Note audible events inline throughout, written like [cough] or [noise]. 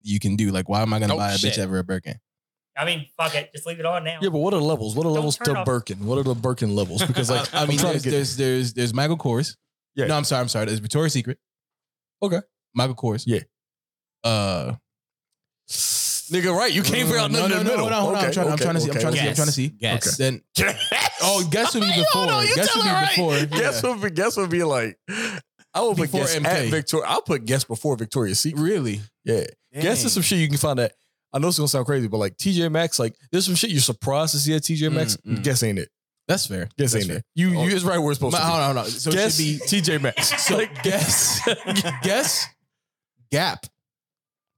you can do. Like, why am I gonna Oh, buy a bitch shit. ever a Birkin? I mean, fuck it. Just leave it on now. Yeah, but what are levels? What are Don't levels turn to off- [laughs] Birkin? What are the Birkin [laughs] levels? Because [laughs] like I mean, trying to there's, get- there's there's there's Michael Kors. Yeah. No, I'm sorry, I'm sorry. There's Victoria's Secret. Okay. Michael Kors. Yeah. Uh, nigga, right? You can't figure out no, nothing no, in no, the middle. Hold on, hold on. Okay, I'm trying, I'm okay, trying to see. I'm okay. trying to see. I'm trying to see. Guess. Guess. Okay. Then Guess. [laughs] oh, [laughs] guess would be Hold before. on, you're guess would be telling right. before. Guess Yeah. would be guess would be like I would put Before guess MK. at Victoria. I'll put guess before Victoria's Secret. Really? Yeah, guess Dang. is some shit you can find that. I know it's gonna sound crazy, but like TJ Maxx, like there's some shit you're surprised to see at TJ Maxx. Mm, mm. Guess ain't it? That's fair. Guess That's ain't fair. it? You Or- you is right where it's supposed My- to be. hold on, hold on. So guess it should be TJ [laughs] Maxx. Oh so [laughs] guess guess Gap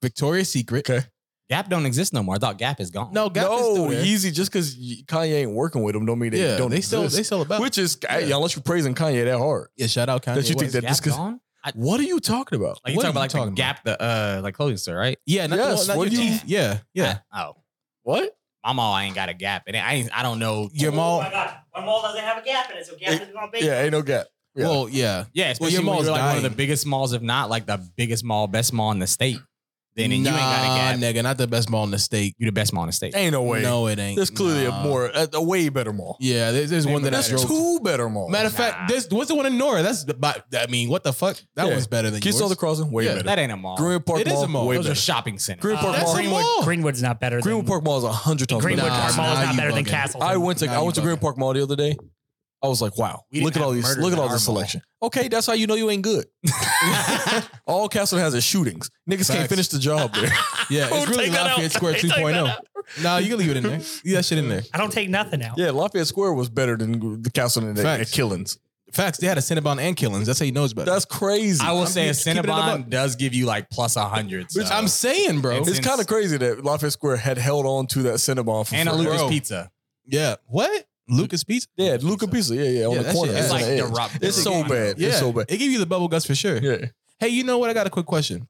Victoria's Secret. okay. Gap don't exist no more. I thought Gap is gone. No, Gap is still No, there. Yeezy. Just because Kanye ain't working with them, don't mean they yeah, don't they still exist. they still about. Which is hey, Yeah. unless you're praising Kanye that hard. yeah, shout out Kanye That you think West. that Gap just 'cause- gone? I, What are you talking about? like you what talking are about like you the talking Gap, the uh, like clothing store, right? yeah, not the Yes, one- not what your do you- teeth. Yeah, yeah. I- oh, What? my mall ain't got a Gap, and I ain't, I don't know. Your oh mall. my god, one mall doesn't have a gap in it, so gap is gonna be. Yeah, ain't no gap. Yeah. Well, yeah. Yeah, Well, especially your when mall's you're like one of the dying. biggest malls, if not like the biggest mall, best mall in the state. Then and nah, you ain't got a Gap. nigga, not the best mall in the state. You the best mall in the state. ain't no way. No, it ain't. There's clearly Nah. a more, a, a way better mall. Yeah, there's, there's one that I There's drove. two better malls. Matter of fact, Nah. there's what's the one in Nora? That's the, but- I mean, what the fuck? That Yeah. one's better than Kids yours. on the Crossing, way Yeah, better. That ain't a mall. Greenwood Park It is Mall, a mall. way Those are better. shopping centers. Greenwood Park that's Mall. a Greenwood, Greenwood, mall. Greenwood's not better. than, Park Mall is a hundred times Greenwood Nah, better. Park Mall is nah, not you better than bugging. Castle. I went to Nah, I you went to bugging. Greenwood Park Mall the other day. I was like, wow, We didn't look at have all these, murders look at in all our this mall. selection. Okay, that's how you know you ain't [laughs] good. all Castle has is shootings. Niggas Facts. can't finish the [laughs] job there. [laughs] Yeah, it's really Lafayette Square 2.0. Nah, you can leave it in there. Leave that shit in there. I don't take nothing out. [laughs] yeah, Lafayette Square was better than the Castle and the, the Facts. Killings. Facts. They had a Cinnabon and Killings. That's how you know it's better. That's crazy. I will I'm say a keep- keeping it in the Cinnabon does give you like plus a hundred. Which so- I'm saying, bro. It's- it's kind of crazy that Lafayette Square had held on to that Cinnabon for and a forever. Lucas Bro. Pizza. yeah. What? Lucas Pizza? Yeah, Luca Pizza. Yeah, yeah, on Yeah, the that corner. shit is It's, It's like on the the edge. rock- It's so bad. Yeah. It's so bad. It gave you the bubble guts for sure. Yeah, Hey, you know what? I got a quick question.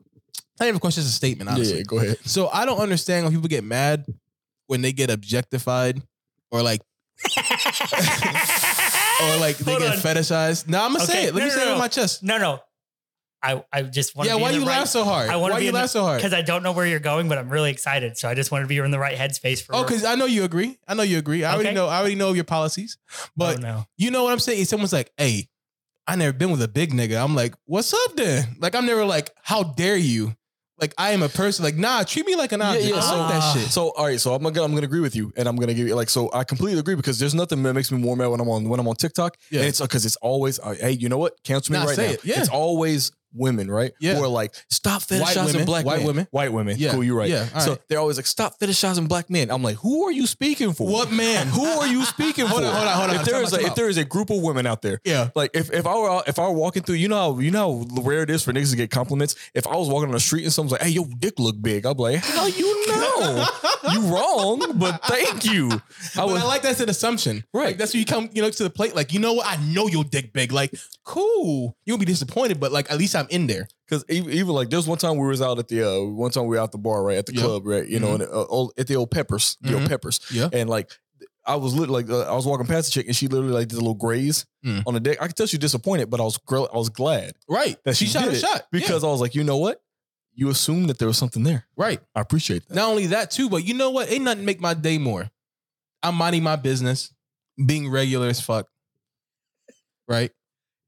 I have a question. It's a statement, honestly. yeah. Go ahead. So I don't understand when people get mad when they get objectified or like or like they Eh, Hold get on. fetishized. No, I'm gonna say Okay, it. Let no, me no, say it no. on my chest. No, no. I, I just want Yeah, to be why in you the laugh right so hard? I wanna why be you in the- laugh so hard? because I don't know where you're going, but I'm really excited. So I just want to be in the right headspace for. Oh, because I know you agree. I know you agree. I already Okay. know. I already know your policies. But oh, no. you know what I'm saying? If someone's like, "Hey, I never been with a big nigga," I'm like, "What's up, then?" Like, I'm never like, "How dare you?" Like, I am a person. Like, nah, treat me like an object. yeah, I so- like that Ah. shit. So, all right. So I'm gonna I'm gonna agree with you, and I'm gonna give you like so. I completely agree because there's nothing that makes me more mad when I'm on when I'm on TikTok. Yeah. and it's because it's always uh, hey, you know what? Cancel me Nah, right say now. it. Yeah. It's always women, right? Yeah. Who are like stop fetishizing White women. black White men. women. white women. Yeah. Cool, you're right. Yeah, all So right. they're always like stop fetishizing black men. I'm like, who are you speaking for? What man? Who are [laughs] you [laughs] speaking Hold for? on, hold on, hold on. If there Time is out, a, time if out. there is a group of women out there yeah. like if, if I were out, if I were walking through, you know how you know how rare it is for niggas to get compliments. If I was walking on the street and someone's like, "Hey, your dick look big," I'm like, "How you [laughs] know? you wrong, but thank you." I But was I like that's an assumption. Right. Like, that's where you come, you know, to the plate. Like, you know what? I know your dick big. Like, cool. You'll be disappointed, but like at least I'm in there. because even, e-, even like there's one time we was out at the uh, one time we were out the bar right at the Yeah. club right you know and, uh, old, at the old Peppers the Mhm. old Peppers Yeah. and like. I was literally like uh, I was walking past the chick and she literally like did a little graze Mm. on the dick. I could tell she was disappointed, but I was gr- I was glad Right. that she, she, shot did a it shot. Yeah. because I was like, you know what, you assumed that there was something there. right. I appreciate that. Not only that too, but you know what? Ain't nothing make my day more. I'm minding my business, being regular as fuck. Right?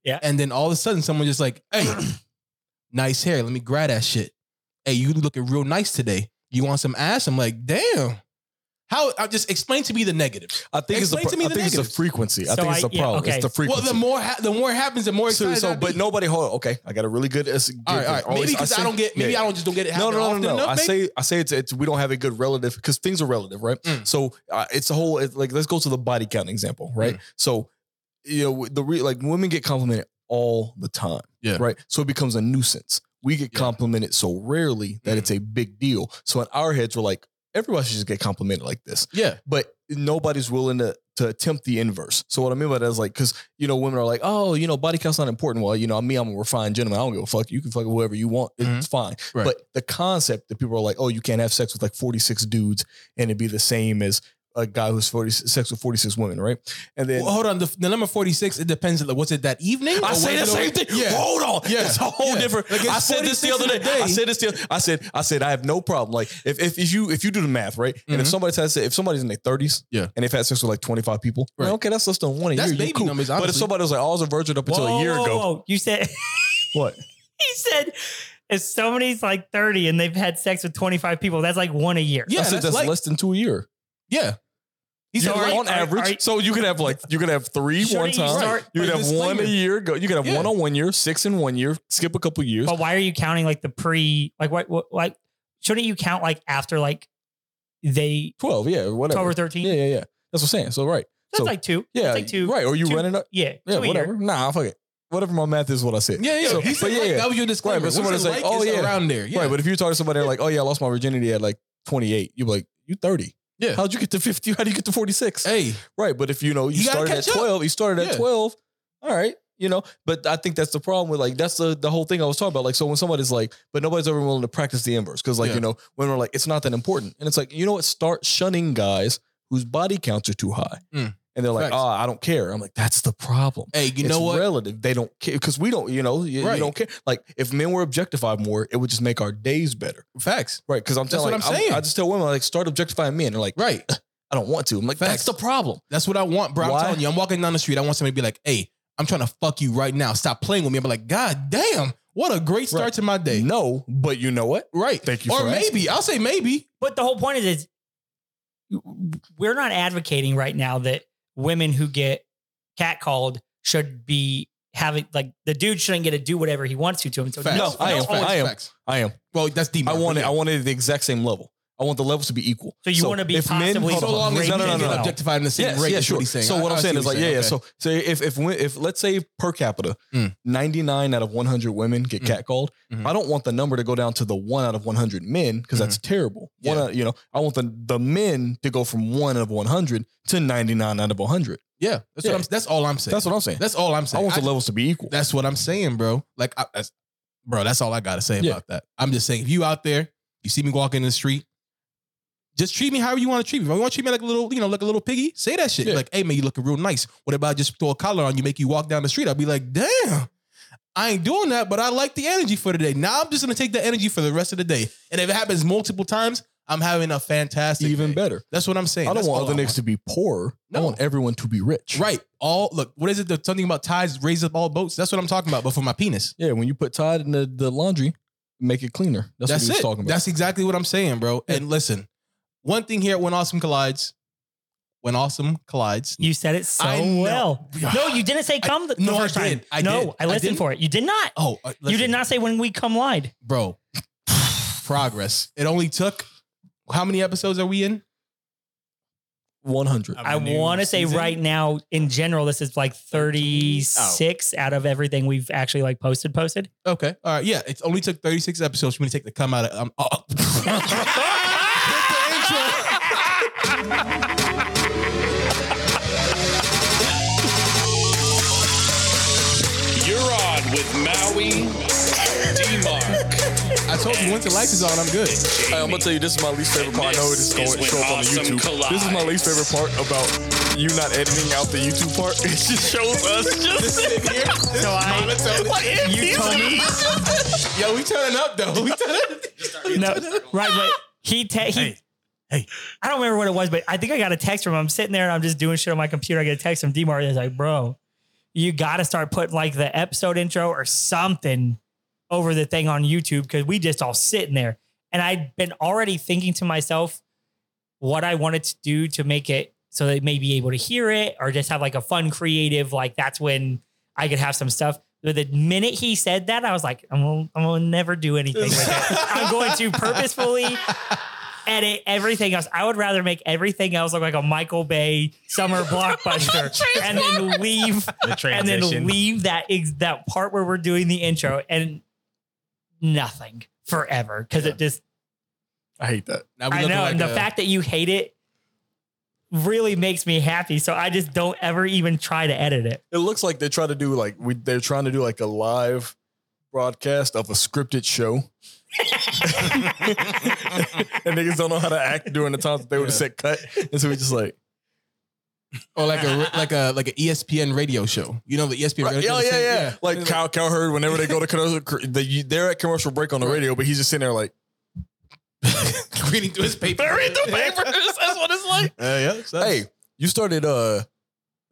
Yeah. And then all of a sudden someone just like, hey, [clears throat] nice hair. Let me grab that shit. Hey, you looking real nice today. You want some ass? I'm like, damn. How I just explain to me the negative. I think it's the, Explain to pro- me I the think it's the negatives. frequency. I So think it's I- the yeah, problem. okay. It's the Well, frequency. the more ha- the more happens, the more so, excited. so- I'll but be. nobody hold on. Okay, I got a really good. it's- all right, all right. always- Maybe because I, say- don't get. Maybe yeah. I don't just don't get it. happening No, no, no, often no, no. Enough, I maybe. say, I say it's, it's we don't have a good relative because things are relative, right? Mm. So uh, it's a whole it's like let's go to the body count example, right? Mm. So you know the re- like women get complimented all the time, Yeah. right? So it becomes a nuisance. We get Yeah. complimented so rarely that Mm. it's a big deal. So in our heads, we're like everybody should just get complimented like this yeah, but nobody's willing to to attempt the inverse. So what I mean by that is like, because you know, women are like, oh, you know, body count's not important. Well, you know, me, I'm a refined gentleman. I don't give a fuck. You can fuck whoever you want. It's fine. Mm-hmm. Right. But the concept that people are like, oh, you can't have sex with like 46 dudes and it'd be the same as a guy who's forty sex with forty six women, right? And then Well, hold on, the, the number forty six. It depends. on the- Was it that evening? I or say the was it same over- thing. Yeah. Hold on. Yeah. It's a whole Yeah. different. Like, it's I said this the 46 other day. in a day. I said this the other, I said, I said, I have no problem. Like if if, if you if you do the math, right? And if Mhm. somebody's had if somebody's in their 30s Yeah. and they've had sex with like 25 people, Right. right. okay, that's less than one a That's year. You're baby cool. numbers. But if Honestly. somebody was like, oh, I was a virgin up until Whoa, a year whoa, ago. whoa. You said [laughs] What? he said if somebody's like 30 and they've had sex with 25 people, that's like one a year. Yeah, I said that's that's like- less than two a year. yeah. He said You're like, right. on are- average. are- so you could have like you could have three one Shouldn't you time. start- You could Like have this one a thing. year. Go. You could have Yeah. one on one year, six in one year. Skip a couple years. But why are you counting like the pre, like what, what like, shouldn't you count like after like they Twelve. Yeah. Whatever. 12 or 13? Yeah. Yeah. Yeah. That's what I'm saying. So right. That's so- like two. Yeah. That's like two. Right. Or you two- running up. Yeah. Yeah. two a year. Whatever. Nah. Fuck it. Whatever my math is, what I said. yeah, yeah. So, he said but yeah, like, yeah. that was your disclaimer. but What someone is is it like, like, oh, is yeah. around there. Yeah. Right. But if you talk to somebody like, oh yeah, I lost my virginity at like 28, you're like, you 30. Yeah. How'd you get to 50? How'd you get to 46? hey, Right. But if you know you, You gotta started at catch up. 12, you started at Yeah. 12. All right. You know, but I think that's the problem with like that's the the whole thing I was talking about. Like, so when somebody's like, but nobody's ever willing to practice the inverse because like Yeah. you know when we're like it's not that important, and it's like you know what, start shunning guys whose body counts are too high, Mm. and they're like, Facts. oh, I don't care. I'm like, that's the problem. hey, you it's know what? relative. They don't care because we don't. You know, you, you Right. don't care. Like if men were objectified more, it would just make our days better. Facts. Right? Because I'm That's what telling, like, I'm I'm- saying. I just tell women like start objectifying men. They're like, Right. I don't want to. I'm like, Facts. that's the problem. That's what I want, bro. Why? I'm telling you, I'm walking down the street. I want somebody to be like, hey, I'm trying to fuck you right now. Stop playing with me. I'm like, God damn, what a great start Right. to my day. No, but you know what? Right. Thank you Or for maybe, I'll say maybe. But the whole point is, is we're not advocating right now that women who get catcalled should be having like the dude shouldn't get to do whatever he wants to to him. So Facts. No, I am. always I am. facts. I am. Well, that's deep. I want it. I want it at the exact same level. I want the levels to be equal. So you wanna be if possibly hold so on, hold on. long as no, no, no, you no, get no. objectified in the same Yes, rate, yeah, is sure. what he's saying. So I- what I I'm see saying is you're like, yeah, yeah. okay. So, so if if we- if let's say per capita, Mm. 99 out of 100 women get Mm. catcalled, Mhm. I don't want the number to go down to the one out of 100 men because that's terrible. Mm-hmm. One, Yeah. out, you know, I want the the men to go from one out of 100 to 99 out of 100. yeah, that's Yeah. what I'm. That's all I'm saying. That's what I'm saying. That's all I'm I saying. want the I- levels to be equal. That's what I'm saying, bro. Like, I, that's, bro, that's all I gotta say Yeah. about that. I'm just saying, if you out there, you see me walking in the street, just treat me however you want to treat me. If you want to treat me like a little, you know, like a little piggy, say that shit. Yeah. Like, hey man, you looking real nice. What about just throw a collar on you, make you walk down the street? I'll be like, damn. I ain't doing that, but I like the energy for today. Now I'm just gonna take the energy for the rest of the day, and if it happens multiple times, I'm having a fantastic, Even day. better. That's what I'm saying. I don't That's want all other niggas to be poor. I No. want everyone to be rich. Right. All look. What is it? The something about tides raise up all boats. That's what I'm talking about. But for my penis. Yeah, when you put Tide in the, the laundry, make it cleaner. That's, That's, what he was it. talking about. That's exactly what I'm saying, bro. And listen, one thing here at When Awesome Collides, When Awesome Collides, You said it so I know. [sighs] well. No, you didn't say come the, the no, I first time. did. I no, did. I I listened didn't. for it. You did not. oh, uh, you listen, did not say when we come lied. bro. [sighs] progress. It only took how many episodes are we in? 100. Of I a new want to say season? right now, in general, this is Oh. like 36 out of everything we've actually like posted. Posted. Okay, all right, yeah. It only took 36 episodes for me to take the come out of. Um, oh. [laughs] Hit the intro. You're on with Maui, D-Mark, I told you once the lights is on, I'm [laughs] good. Hey, I'm gonna tell you, this is my least favorite part. I know it's going This is to when show up on the awesome YouTube. This is my collides. least favorite part about you not editing out the YouTube part. [laughs] It just shows us just sitting [laughs] here. So I, you told me. Yo, we turning up though. We turning. [laughs] no, right, but Ah! he te- he. Hey. Hey. I don't remember what it was, but I think I got a text from him. I'm sitting there and I'm just doing shit on my computer. I get a text from Demar. He's like, "Bro, you got to start putting like the episode intro or something over the thing on YouTube because we just all sitting there." And I'd been already thinking to myself what I wanted to do to make it so they may be able to hear it or just have like a fun creative. Like that's when I could have some stuff. But the minute he said that, I was like, I'm gonna, I'm gonna never do anything with it. I'm going to purposefully edit everything else. I would rather make everything else look like a Michael Bay summer blockbuster and then leave The and transition. then leave that ex- that part where we're doing the intro and nothing forever because it just I hate that. Now I looking know, like and the a- fact that you hate it really makes me happy. So I just don't ever even try to edit it. It looks like they try to do like we they're trying to do like a live broadcast of a scripted show. [laughs] and niggas don't know how to act during the times that they would have said cut. And so we just like, or like a like a E like an ESPN radio show. You know the E ESPN Right. radio Oh, Yeah, show. yeah, yeah. Like It's Kyle Cowherd, whenever they go to commercial, the, you- they're at commercial break on the radio, but he's just sitting there like, [laughs] like reading through his paper. read the papers. That's what it's like. Uh, yeah, so- Hey, you started, uh,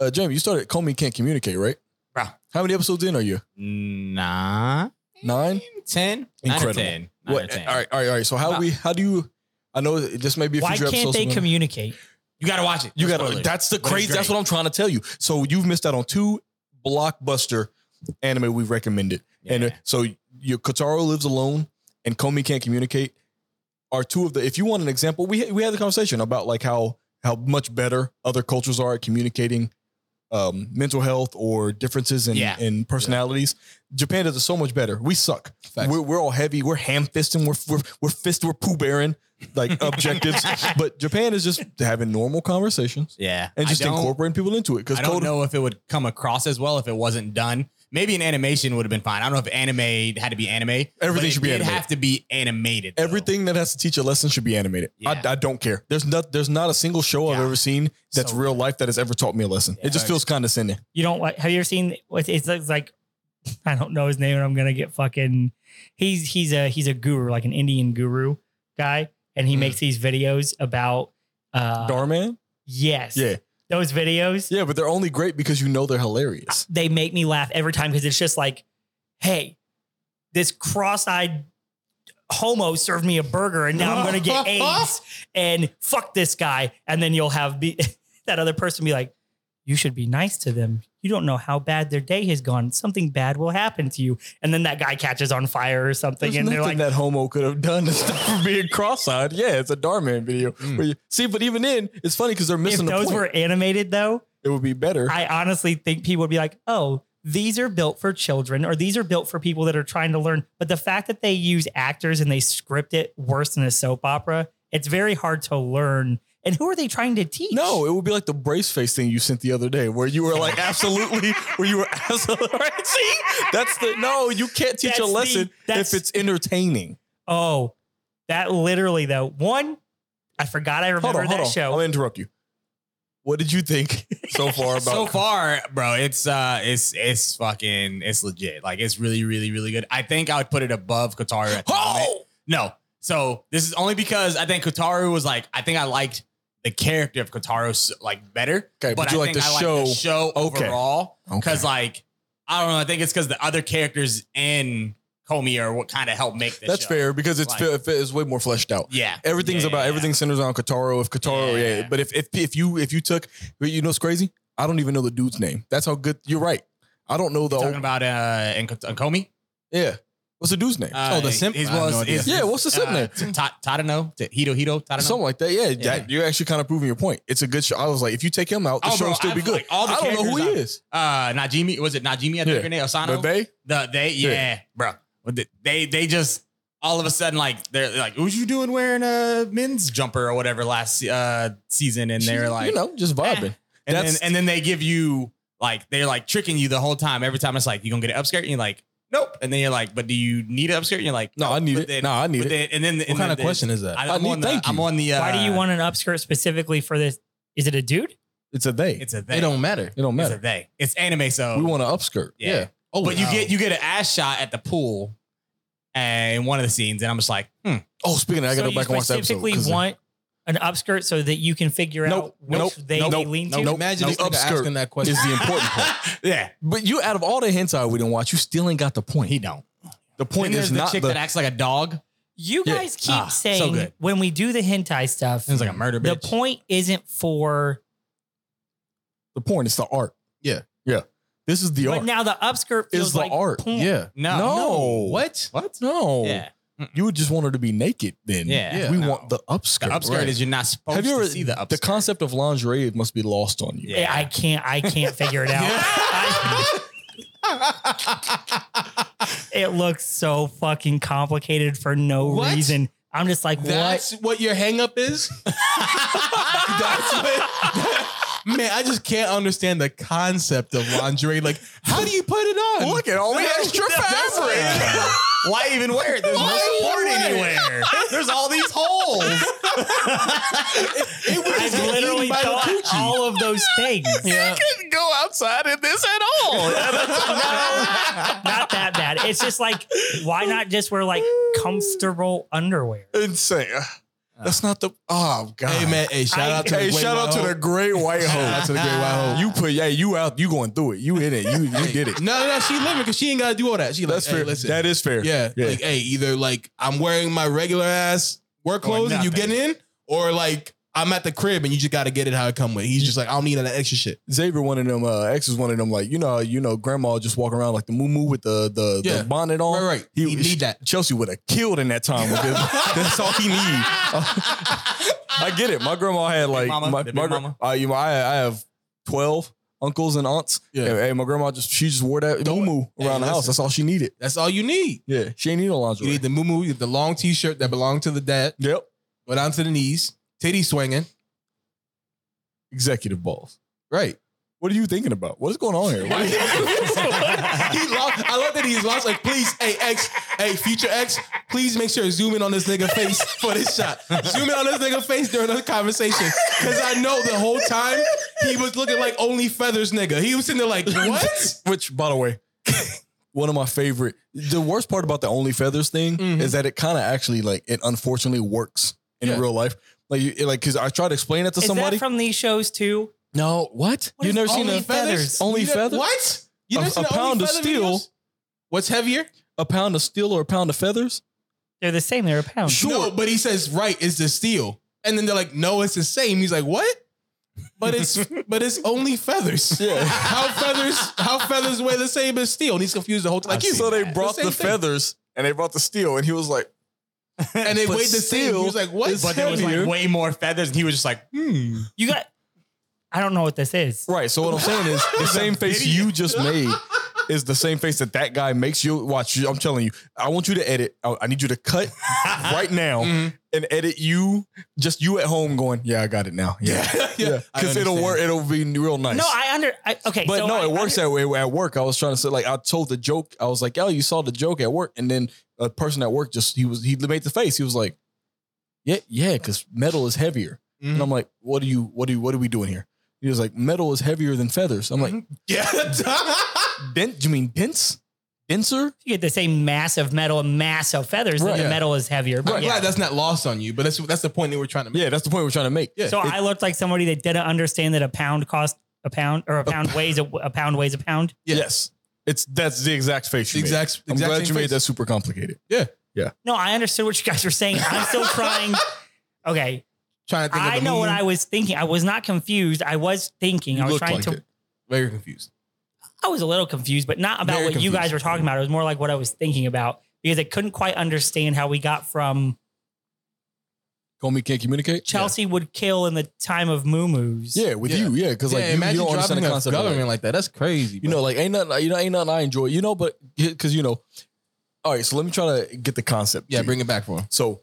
uh, Jamie, you started Comey Can't Communicate, right? Bruh. How many episodes in are you? Nine, Nine? ten, nine or Incredible. ten, nine or What, ten. all right, all right, all right. So how Nah. we, how do you, I know this may be a Why future can't episode. they somewhere. communicate? you gotta watch it. You No got to. spoilers. That's the But it's crazy. That's great. what I'm trying to tell you. So you've missed out on two blockbuster anime we recommended, and uh, Yeah. so your Kataro lives alone and Comey can't communicate are two of the. If you want an example, we we had the conversation about like how how much better other cultures are at communicating um, mental health or differences in Yeah. in personalities. Japan does it so much better. We suck. Facts. We're, we're all heavy. We're ham fisting. We're, we're we're fist. We're poo bearing [laughs] like objectives. But Japan is just having normal conversations yeah, and I just don't- incorporating people into it. Because I don't code, know if it would come across as well if it wasn't done. Maybe an animation would have been fine. I don't know if anime had to be anime. Everything but it should be did animated. have to be animated. though. everything that has to teach a lesson should be animated. Yeah. I, I don't care. There's not there's not a single show I've Yeah. ever seen that's So real life that has ever taught me a lesson. Yeah. It just feels condescending. You don't like? Have you ever seen? It's, it's like- it's like [laughs] I don't know his name, and I'm gonna get fucking. He's he's a he's a guru, like an Indian guru guy, and he Mm. makes these videos about. Uh, Darman. yes. Yeah, Those videos. yeah, but they're only great because you know they're hilarious. they make me laugh every time because it's just like, hey, this cross-eyed homo served me a burger and now I'm gonna [laughs] get AIDS and fuck this guy. And then you'll have be- [laughs] that other person be like, you should be nice to them. You don't know how bad their day has gone. Something bad will happen to you. And then that guy catches on fire or something. There's and nothing they're like, that homo could have done to stop [laughs] from being cross-eyed. Yeah, it's a Darman video. Where you- see, but even then, it's funny because they're Mm. if missing the those point. were animated though, it would be better. I honestly think people would be like, oh, these are built for children or these are built for people that are trying to learn. But the fact that they use actors and they script it worse than a soap opera, it's very hard to learn. And who are they trying to teach? No, it would be like the brace face thing you sent the other day, where you [laughs] were like, absolutely, where you were [laughs] absolutely right. See, that's the no. You can't teach That's a the- lesson that's- if it's entertaining. Oh, that literally though. One, I forgot I Hold remember on, that hold on. show. I'll interrupt you. What did you think [laughs] so far about? so far, bro, it's uh, it's it's fucking, it's legit. Like it's really, really, really good. I think I would put it above Katara. At the moment. Oh, No, so this is only because I think Katara was like, I think I liked the character of Katara s- like better. Okay, but you I like think the I show- like the show okay. overall Okay. because like I don't know. I think it's because the other characters in Comey are what kind of helped make this. that's show. fair because it's Like- fe- fe- it's way more fleshed out. Yeah, Everything's Yeah, about yeah, everything centers on Kataro. If Kataro, yeah. Yeah. But if if if you if you took, but you know, it's crazy. I don't even know the dude's name. That's how good. You're right. I don't know the. yeah. Old, Talking about uh, in Comey. yeah. What's the dude's name? Oh, Uh, the simp- his I have was- no idea. his- Yeah, what's the simp name? T- Ta- Tadano, T- Hito Hito, Tadano. Something like that. Yeah, Yeah. that- you're actually kind of proving your point. It's a good show. I was like, if you take him out, the Oh, show bro, will still be I've, good. like, all the I don't know who he characters is. uh, Najimi was it Najimi? I think Yeah. her name Osano. But they, The they yeah, Yeah. bro. But th- They they just all of a sudden like they're like, "What you doing wearing a men's jumper or whatever last uh, season?" And they're like, eh. you know, just vibing. and then that's- and then they give you like they're like tricking you the whole time. Every time it's like you gonna get an upskirt, and you're like, "Nope," and then you're like, "But do you need an upskirt?" And you're like, No, I need But it. then- no, I need But it. then, and then What kind of question is that? I, I am need- on the, thank you. I'm on the. Uh, Why do you want an upskirt specifically for this? Is it a dude? it's a they. It's a they. It don't matter. it don't It's a matter. they. It's anime, so We want an upskirt. Yeah. yeah. Oh, But you wow. get you get an ass shot at the pool, and in one of the scenes, and I'm just like, hmm, [laughs] Oh, speaking of, I so gotta go you back and watch that episode. specifically 'cause- want an upskirt so that you can figure out Nope, which nope, they nope, lean nope, to. nope. Imagine this no, nigga upskirt asking that question. is the important [laughs] part. yeah, But you, out of all the hentai we didn't watch, you still ain't got the point. he don't. the Point point is the not chick the. that acts like a dog. You Yeah. guys keep Ah, so saying good. when we do the hentai stuff, Sounds like a murder the bitch. point isn't for. the point is the art. Yeah. yeah. This is the but art. now the upskirt feels Is the like art? porn. yeah. no, no. What? What? No. Yeah, You would just want her to be naked then. Yeah. Yeah. we No. want the the upskirt. upskirt Right. is you're not supposed Have you ever to see the upskirt. [laughs] concept of lingerie must be lost on you. Yeah. Yeah, I can't. I can't [laughs] figure it out. I- [laughs] it looks so fucking complicated for no What? reason. I'm just like, That's what, your hang up [laughs] is? That's what, [laughs] man, I just can't understand the [laughs] concept of lingerie. Like, how do you put it on? at all That's- that's- Why even wear it? There's no Why even support wear it? anywhere. There's all these [laughs] holes. It was I've literally thought all of those [laughs] things. Yeah. couldn't go outside in this at all. Not that bad. It's just like, why not just wear like comfortable underwear? Insane. Uh. That's not the. Oh God. Hey man, hey, shout out to Hey, the shout out to the great white hole. Shout out to the great white hole. You put, yeah, you out, you going through it. You in it. You, you did it. No, no, no, she living because she ain't gotta do all that. She That's like, hey, fair. listen. That is fair. yeah, Yeah. Like, hey, either like I'm wearing my regular ass work clothes and you get nothing. in, or like I'm at the crib and you just gotta get it how it come with. He's just like, I don't need that extra shit. Xavier, one of them, uh, ex is one of them. Like you know, you know, grandma just walking around like the moo moo with the the, Yeah. the bonnet on. Right, right. He need that. Chelsea would have killed in [laughs] that time. With it. That's all he need. I get it. My grandma had like mama, my, the big my gra- mama. Uh, you know, I I have twelve uncles and aunts. Yeah. And, hey, my grandma just she just wore that moo moo Hey, around the house. listen. That's all she needed. That's all you need. Yeah, she ain't need no lingerie. You need the muumuu, you need the long t-shirt that belonged to the dad, yep, go down to the knees, titty swinging. executive balls. Right. What are you thinking about? What is going on here? he lost. I love that he's lost. Like, please, hey X, hey future X, please make sure to zoom in on this nigga face for this shot. Zoom in on this nigga face during the conversation, because I know the whole time he was looking like only feathers nigga. He was sitting there like, what? Which, by the way, [laughs] one of my favorite. The worst part about the only feathers thing Mhm. is that it kind of actually like it unfortunately works in Yeah. real life. Like, you, it, like because I tried to explain it to Is somebody. that from these shows too? no, what? What you is never seen Only a Feathers? Only You know- feather? What? You A- never seen a the Only pound of Feather steel? videos? What's heavier? A pound of steel or a pound of feathers? They're the same. They're a pound. Sure. No, but he says right is the steel, and then they're like, no, it's the same. He's like, what? But it's but it's only feathers. [laughs] Yeah. How feathers? How feathers weigh the same as steel? And he's confused the whole time. Like you. so they brought The same the, thing. feathers and they brought the steel, and he was like, and they but weighed the same. He steel was like, what? is but there was like [laughs] Heavier. way more feathers, and he was just like, [laughs] hmm. You got. I don't know what this is. right. So what I'm saying is the same face you just made. Is the same face that that guy makes you watch. you- I'm telling you, I want you to edit. I, I need you to [laughs] cut right now Mhm. and edit you, just you at home going, yeah, I got it now. [laughs] Yeah. Yeah. I Because it'll understand. work. It'll be real nice. No, I under. I, okay, but so no, I it works under- that way at work. I was trying to say, like, I told the joke. I was like, "Yo, you saw the joke at work," and then a person at work just he was he made the face. He was like, "Yeah, yeah," because metal is heavier. Mhm. And I'm like, "What do you? What do you? What are we doing here?" He was like, "Metal is heavier than feathers." I'm like, [laughs] Yeah. "Dent? You mean dense? Denser?" You get the same mass of metal and mass of feathers, Right. and the Yeah. metal is heavier. But I'm yeah. glad that's not lost on you, but that's that's the point they were trying to make. Yeah, that's the point we're trying to make. Yeah. So It- I looked like somebody that didn't understand that a pound cost a pound or a pound weighs a, a pound weighs a pound. Yeah. yes, it's that's the exact face. The You exact. exact. Made. I'm exact glad same you made face. that super complicated. No, I understood what you guys were saying. I'm [laughs] still trying. Okay, Trying to think. I of the know what moon. I was thinking. I was not confused. I was thinking. I was looked trying like to. it. Very confused. I was a little confused, but not about Very what you guys confused. were talking about. It was more like what I was thinking about because I couldn't quite understand how we got from Comey can't communicate. Chelsea would kill in the time of Moo-Moo's. Yeah, with Yeah. you. Yeah, because like yeah, you, you imagine don't understand dropping the a concept. of it. government like that. That's crazy. You know, like ain't nothing, you know, ain't nothing I enjoy. You know, but because you know, all right. So let me try to get the concept. yeah, to you. bring it back for him. so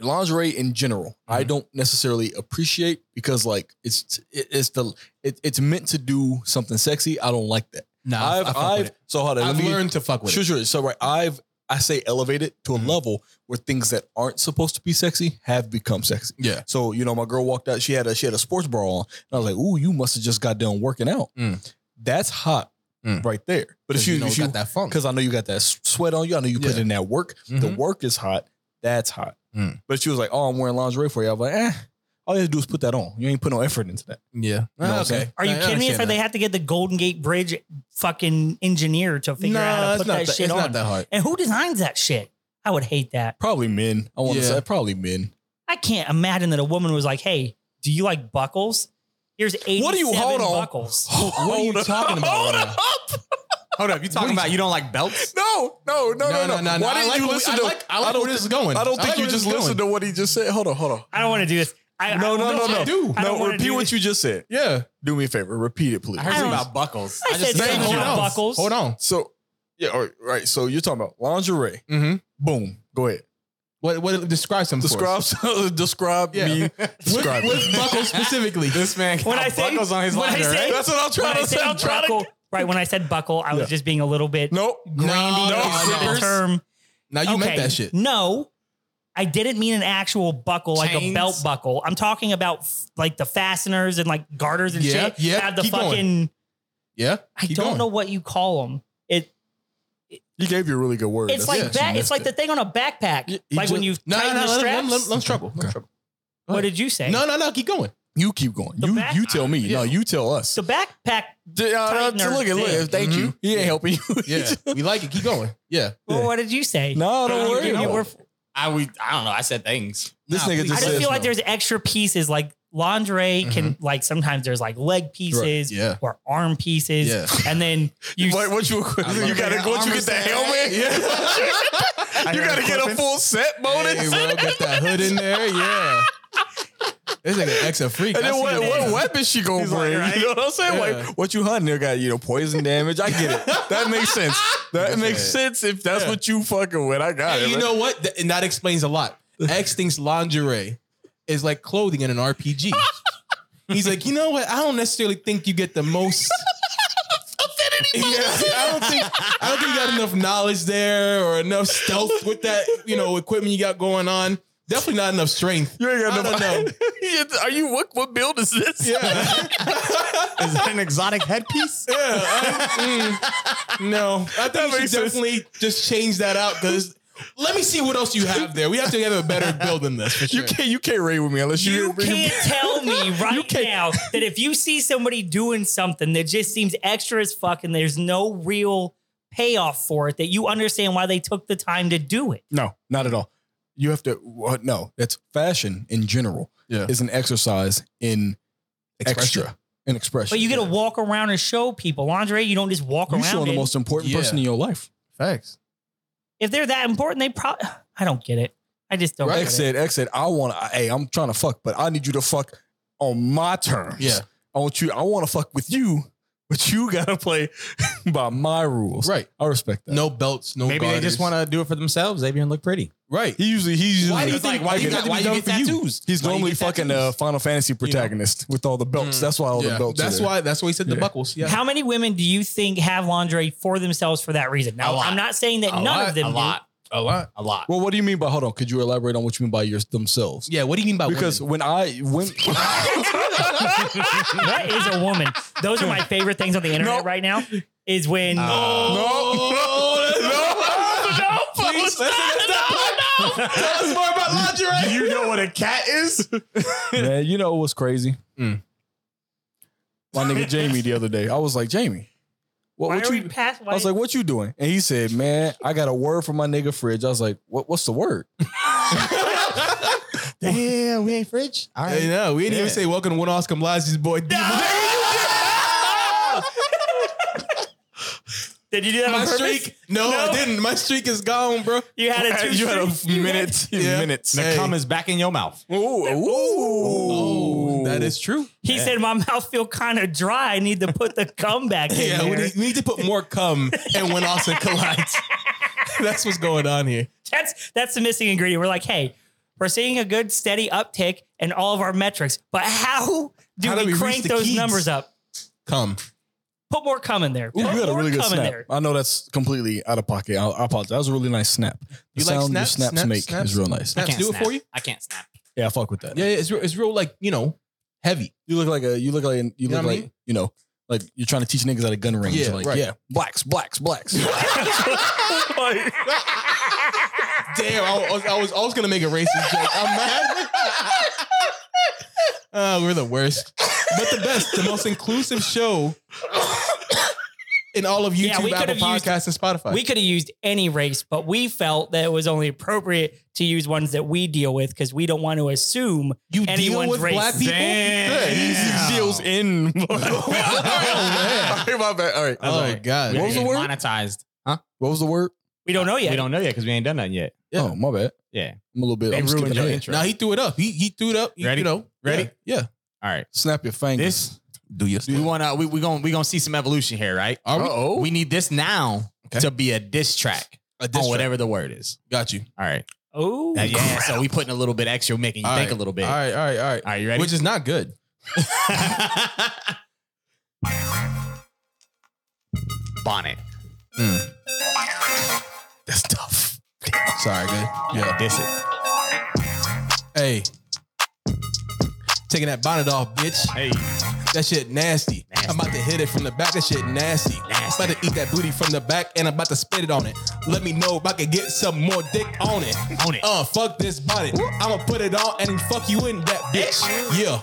lingerie in general, I don't necessarily appreciate because like it's it, it's the it, it's meant to do something sexy. I don't like that. Nah, I I've fuck I've with it. so how to I've learned to fuck with sure it. sure. So right, I've I say elevate it to Mhm. a level where things that aren't supposed to be sexy have become sexy. Yeah. So you know, my girl walked out. She had a she had a sports bra on, and I was like, "Ooh, you must have just got done working out." Mm. That's hot Mm. right there. But if 'Cause you, know, if got you that funk. because I know you got that s- sweat on you, I know you put Yeah. in that work. The Mhm. work is hot. That's hot. Mm. But she was like, "Oh, I'm wearing lingerie for you." I was like, "Eh." All you have to do is put that on. You ain't put no effort into that. Yeah. know what I'm saying? Ah, okay. Are you I kidding me? It's understand like they that. had to get the Golden Gate Bridge fucking engineer to figure out Nah, how to it's put not that, that- shit it's on. not that hard. And who designs that shit? I would hate that. Probably men. I want to Yeah. say probably men. I can't imagine that a woman was like, "Hey, do you like buckles? Here's eighty. What do you- hold on. Buckles. [laughs] What are you talking about Hold right now? up. [laughs] Hold up, you talking about you don't like belts? No, no, no, no, no. Why I didn't like you what we- listen I to? like- I like don't where this is think- going. I don't I think like you where just this is listened to going. what he just said. Hold on, hold on. I don't want to do this. I, No, I, no, no, I no. do. I don't No, wanna repeat do what this. you just said. Yeah. Do me a favor, repeat it, please. I heard I something don't- about buckles. I said Thank something you. about buckles. Hold on. So, yeah, all right, right. So you're talking about lingerie. Mm-hmm. Boom. Go ahead. What? What? Describe some. for us. Describe. [laughs] describe Yeah. me. With, Describe me. with buckles specifically. this man got When I say- buckles on his when I lingerie. say- [laughs] That's what I'm When [laughs] trying I to say. I'm said trying to. buckle, right when I said buckle, I was Yeah. just being a little bit Nope. No, grandiose no, with no. the term. Now Oh, you meant that shit. No, I didn't mean an actual buckle, like a Chains? belt buckle. I'm talking about f- like the fasteners and like garters and Yeah, shit. yeah, that Have the keep fucking. going. Yeah. I keep don't going. know what you call them. It You gave you a really good word. it's That's- like yeah, she that. It's missed like the thing on a backpack. You- you like when just- you No, tighten no, the no. Let, straps. let, let, let's struggle. Let's Okay. struggle. what did you say? No, no, no. Keep going. you keep going. The You back- you tell me. No, Yeah. you tell us. The backpack. D- uh, Tighten her look thing. at look. Thank you. He ain't helping you. Yeah. [laughs] we like it. Keep going. Yeah. Well, what did you say? no, You- don't worry. you about were- it. I we I don't know. I said things. This Nah, nigga please. just I just says feel like no. Mm-hmm. there's extra pieces like lingerie can like sometimes there's like leg pieces Yeah. or arm pieces Yeah. [laughs] and then you What, what you love you gotta that go? Once you get the armor helmet, [laughs] you gotta get a full set bonus. Hey, bro, get that hood in there. Yeah. This nigga ex a freak. And I then see what, it. what weapon she gonna like, bring? [laughs] right? You know what I'm saying? Yeah. Like, what you hunting? They got you know poison damage. I get it. That [laughs] makes sense. That That's makes right. sense if that's Yeah. what you fucking with. I got Hey, it. you man. know what? Th- and that explains a [laughs] lot. X thinks lingerie is like clothing in an RPG. He's like, you know what? I don't necessarily think you get the most. Yeah, I don't think I don't think you got enough knowledge there or enough stealth with that you know equipment you got going on. Definitely not enough strength. You ain't got I no. don't [laughs] know. Yeah, Are you what? What build is this? Yeah, Is that an exotic headpiece? [laughs] no. I think you should makes sense. definitely just change that out because let me see what else you have there. We have to have a better build than this. For sure. You can't. You can't raid with me unless you. You bring- can't tell me right now that if you see somebody doing something that just seems extra as fuck and there's no real payoff for it, that you understand why they took the time to do it. No, not at all. You have to. What? No, that's fashion in general. Yeah. is an exercise in Expression. extra and expression. But you get to walk around and show people lingerie. You don't just walk You around. showing the in. most important Yeah. person in your life. Facts. if they're that important, they probably. [sighs] I don't get it. I just don't. X Get it. said, X said, I want to, hey, I'm trying to fuck, but I need you to fuck on my terms. Yeah. I want you, I want to fuck with you, but you [laughs] got to play by my rules. Right. I respect that. No belts. No. Maybe they just want to do it for themselves. They even look pretty. Right. He usually, he's usually, Why do you It's think- like why why you do you got think why it's you done get for you? tattoos? he's Why you normally get fucking tattoos? a uh, Final Fantasy protagonist with all the belts. Mm. That's why all the belts. are That's there. why. That's why he said the Yeah. buckles. Yeah. How many women do you think have lingerie for themselves for that reason? A Now, lot. I'm not saying that a none lot, of them a do. [laughs] lot, A lot. a lot. Well, what do you mean by, hold on, could you elaborate on what you mean by yours themselves? Yeah. What do you mean by Because women? when I, [laughs] when, What is a woman? Those are my favorite things on the internet Nope. right now. Is when [laughs] [laughs] no, please, let's no, no. Tell us more about lingerie. you know what a cat is? Man, you know what's crazy? Mm. My nigga Jamie the other day, I was like, Jamie, what, why what are you? we past? Why, I was like, what you doing? And he said, man, I got a word for my nigga fridge. I was like, what? What's the [laughs] word? Damn, we ain't fridge. All I know. We didn't even Yeah. say welcome to one Oscar Lies, boy. [laughs] did you do that My on purpose? streak? No, I didn't. My streak is gone, bro. You had a two you had a streak? You had- minute, Yeah. minutes. Hey. Cum is back in your mouth. Ooh, Oh, ooh. that is true. [laughs] He said my mouth feel kind of dry. I need to put the cum back [laughs] in Yeah, we there. need, we need to put more cum and when Austin collides. That's what's going on here. [laughs] that's that's the missing ingredient. We're like, hey, we're seeing a good steady uptick in all of our metrics, but how do How do we, we reach crank the those keys? numbers up? Cum. Put more cum in there. Ooh, you Put had a more really good cum in snap. there. I know that's completely out of pocket. I, I apologize. That was a really nice snap. The You like sound your snaps? snaps Snaps? make Snaps? is real nice. Snaps do it for you? I can't snap. Yeah, I fuck with that. Yeah, yeah, it's real, it's real like, you know, heavy. You look like a you look like an, you know look what I like mean? you know like you're trying to teach niggas at a gun range. Yeah, like right. yeah, blacks, blacks, blacks. Damn, I was, I was I was gonna make a racist joke. I'm mad. [laughs] Uh, we're the worst, but the best, the most inclusive show in all of Yeah, YouTube, we Apple could've used- Podcasts, and Spotify. We could have used any race, but we felt that it was only appropriate to use ones that we deal with because we don't want to assume you anyone's deal with race. black people. Damn. deals in. [laughs] All right, my bad. All right. Oh god. We What was the ain't word? Monetized. What was the word? we don't know yet. We don't know yet because we ain't done nothing yet. Yeah. Oh, my bad. Yeah. I'm a little bit. They I'm ruined skipping your ahead. intro. Now he threw it up. He he threw it up. You- Ready? You know. Ready? Yeah. yeah. All right. Snap your fingers. This Do your we want to we we going we going to see some evolution here, right? Are we? oh. We need this now Okay. to be a diss track A diss on track. whatever the word is. Got you. All right. Oh, Now, yeah, so we putting a little bit extra, making you All think right. a little bit. All All right, right. All right. All right. you ready? Which is not good. Bonnet. That's tough. Sorry, good. Yeah. Diss it. Hey. Taking that bonnet off, bitch. Hey, That shit nasty. I'm about to hit it from the back. That shit nasty. I'm about to eat that booty from the back and I'm about to spit it on it. Let me know if I can get some more dick on it. On it. Uh, fuck this body. I'ma put it on and fuck you in that bitch. Yeah.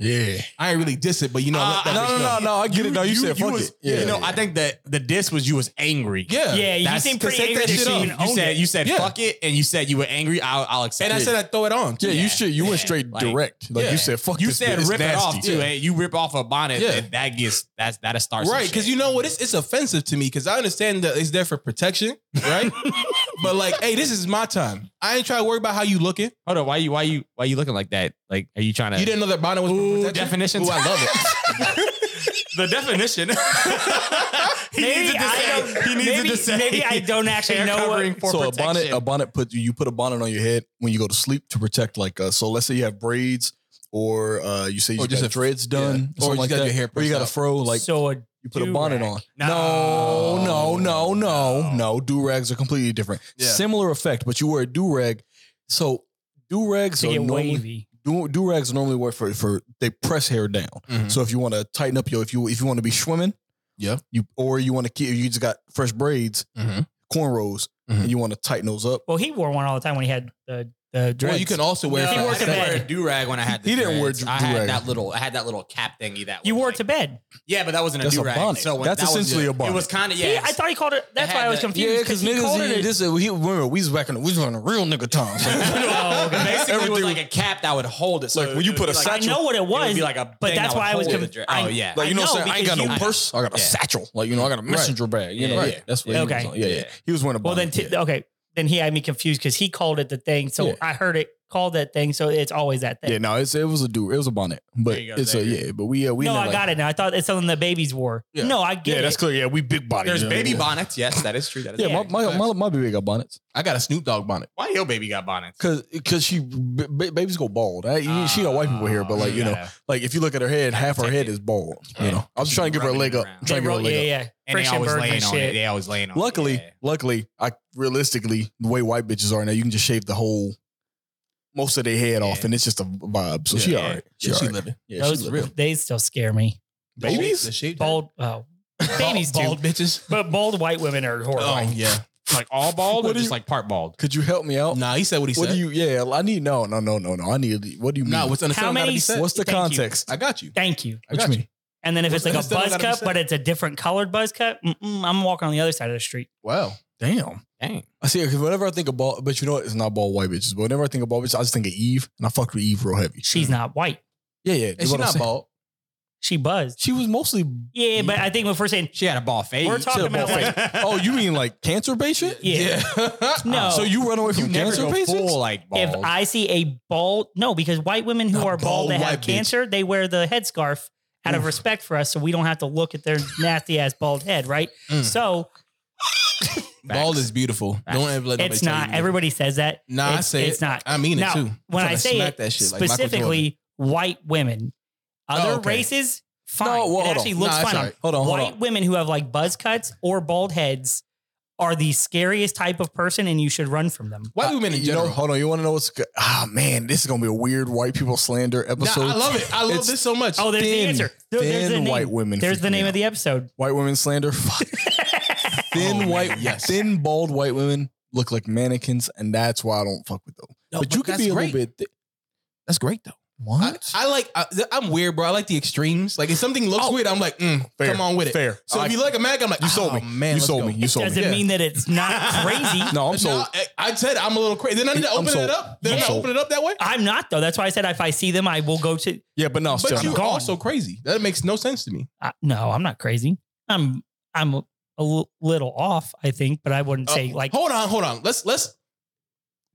Yeah. I ain't really diss it, but you know, I let Uh, that No, bitch no, know. no, no. I get it. No, you, said fuck was, it. Yeah. You know, I think that the diss was you was angry. Yeah. Yeah, you That's- seem to pretty set angry that that shit you up. even You own said it. you said Yeah. fuck it, and you said you were angry. I'll, I'll accept And I it. said I throw it on. yeah, yeah, you shit. You went yeah, straight like- direct. Like Yeah. you said, fuck you this said bitch. It's rip it off nasty. too. eh? Hey, you rip off a bonnet, Yeah. and that gets that's that starts Right, because you know what? It's, it's offensive to me because I understand that it's there for protection, [laughs] right? but like, hey, this is my time. I ain't trying to worry about how you looking. Hold on, why you why you why you looking like that? Like, are you trying to? You didn't know that Bono was Ooh, for protection. definitions. Ooh, I love it. [laughs] the definition. he Maybe I don't. maybe, maybe I don't actually Hair know covering what. for so protection. a bonnet, a bonnet put you put a bonnet on your head when you go to sleep to protect. Like, uh, so let's say you have braids, or uh, you say you Or just just got a- dreads yeah. done, Or or, you like got that. your hair or you got a pressed fro, like so a you put a bonnet do-rag. on. No, no, no, no, no. Do rags are completely different. Oh, Yeah. Similar effect, but you wear a do rag. So do rags to are get normally wavy. do rags normally work for for they press hair down. Mhm. So if you want to tighten up your if you if you want to be swimming, Yeah. you or you want to keep you just got fresh braids, Mhm. cornrows, Mhm. and you want to tighten those up. Well, he wore one all the time when he had the the Well, dreads. you can also wear No. it I for He wore had to to aesthetic. bed. wear a do rag when I had. The He didn't wear dreads. I do-rag. had that little. I had that little cap thingy. That you was wore it like- to bed. Yeah, but that wasn't a That's a do rag. bonnet. So when That's that was- essentially a It bonnet. was kind of Yeah, yeah. I [laughs] thought he called it. That's It why I had was the- confused. he called it. a- we remember we was back in we was on a real nigga time. [laughs] Oh, [laughs] okay. Basically, it was Everything- like a cap that would hold it. So Like, when it you would put be a like- I know what it It would was, be like a but thing that's that why I would was. hold Conf- the dra- I- oh yeah, Like you know, I what I'm know, saying I ain't got because no you- purse. I got a Yeah. satchel. Like you know, I got a messenger bag. You know, Yeah. yeah, that's what. he was Okay. on. Yeah, yeah, Yeah. He was wearing a. Well, then bonnet, t- yeah. okay, then he had me confused because he called it the thing. So Yeah. I heard it called that thing. So it's always that thing. yeah, no, it's it was a dude. It was a bonnet, but There you go, it's a Xavier. yeah. But we uh, we no, in there, I like- got it now. I thought it's something the babies wore. Yeah. No, I get Yeah, it. that's clear. Yeah, we big body. There's you know, baby yeah. bonnets. Yes, that is true. That is Yeah, true. my my, my my baby got bonnets I got a Snoop Dogg bonnet. Why your baby got bonnets? because because she b- b- babies go bald. I, you- she got white people hair, but like you know, Yeah. like if you look at her head, half her Protect head it. is bald. You Ah. Yeah. know, I was She trying to give her a rubbing leg it up, around. trying They to give her a wrote, yeah, leg up. yeah. and they Friction always burger laying on it. shit. They always laying on Oh, it. Luckily, Yeah. luckily, I realistically the way white bitches are now, you can just shave the whole most of their head off, Yeah. and it's just a vibe. So Yeah. she Yeah. all right. Yeah, she all right. living. Yeah, Those she living. they still scare me. Babies? The shape- Bald, oh, Bald- babies do. bald bitches. but bald white women are Oh horrifying. yeah. like all bald What or do just you- like part bald. Could you help me out? Nah, he said what he Oh, what said. do you? Yeah, I need no, no, no, no, no. I need. What do you mean? nah, what's How understandable gotta many be said. What's the Thank you. context? I got you. Thank you. I got What you you. And then if it's like a What's the buzz understandable cut, gotta be but it's a different colored buzz cut, mm-mm, I'm walking on the other side of the street. Wow. Damn. Dang. I see. Because whenever I think about, but you know what? It's not bald white bitches. But whenever I think about bitches, I just think of Eve, and I fucked with Eve real heavy. Mm. She's not white. Yeah, yeah. And she that's what I'm not saying. bald. She buzzed. She was mostly. Yeah, Mm. but I think if we're saying She had a bald face. We're talking She had a bald about, [laughs] face. Oh, you mean like cancer patient? Yeah. [laughs] No. So you run away You from never cancer go patients? full like bald. if I see a bald, no, because white women who Not are bald, bald that have white bitch. cancer, they wear the headscarf out of respect for us, so we don't have to look at their nasty ass bald head, right? Mm. So Bald is beautiful. Don't ever let nobody it's tell you not. different. Everybody says that. Nah, it's, I say it's it. not. I mean Now, it too. when Tryna I say smack it, that shit like Michael Jordan. specifically white women, other Oh, okay. races, fine. well, hold it actually on. looks Nah, it's fine. on all right. Hold on, hold white on. women who have like buzz cuts or bald heads are the scariest type of person, and you should run from them. white women in you general. know, hold on. You want to know what's good? Ah, man, this is gonna be a weird white people slander Nah, episode. I love it. I love It's this so much. Oh, there's the Thin, answer. There- there's thin the name. white women There's freak the me name of out. the Oh, episode. White [laughs] women slander. Fuck. thin man, white, yes. thin bald white women look like mannequins, and that's why I don't fuck with them. No, but, you could that's be a great. little bit. Thi- That's great though. I, what? I like. I, I'm weird, bro. I like the extremes. Like if something looks Oh. weird, I'm like, mm, Fair, come on with it. fair. So I- if you like a mag, I'm like, You sold oh, me. Man, you let's sold go. me. You sold Does me. it Yeah. mean that [laughs] it's not crazy? No, I'm sold. No, I, I said I'm a little crazy. Then I need to I'm open sold. it up. Then I'm I sold. open it up that way. I'm not though. That's why I said if I see them, I will go to. Yeah, but no, But still. you no. are also crazy. That makes no sense to me. Uh, no, I'm not crazy. I'm I'm a l- little off, I think, but I wouldn't say Uh, like hold on, hold on. Let's let's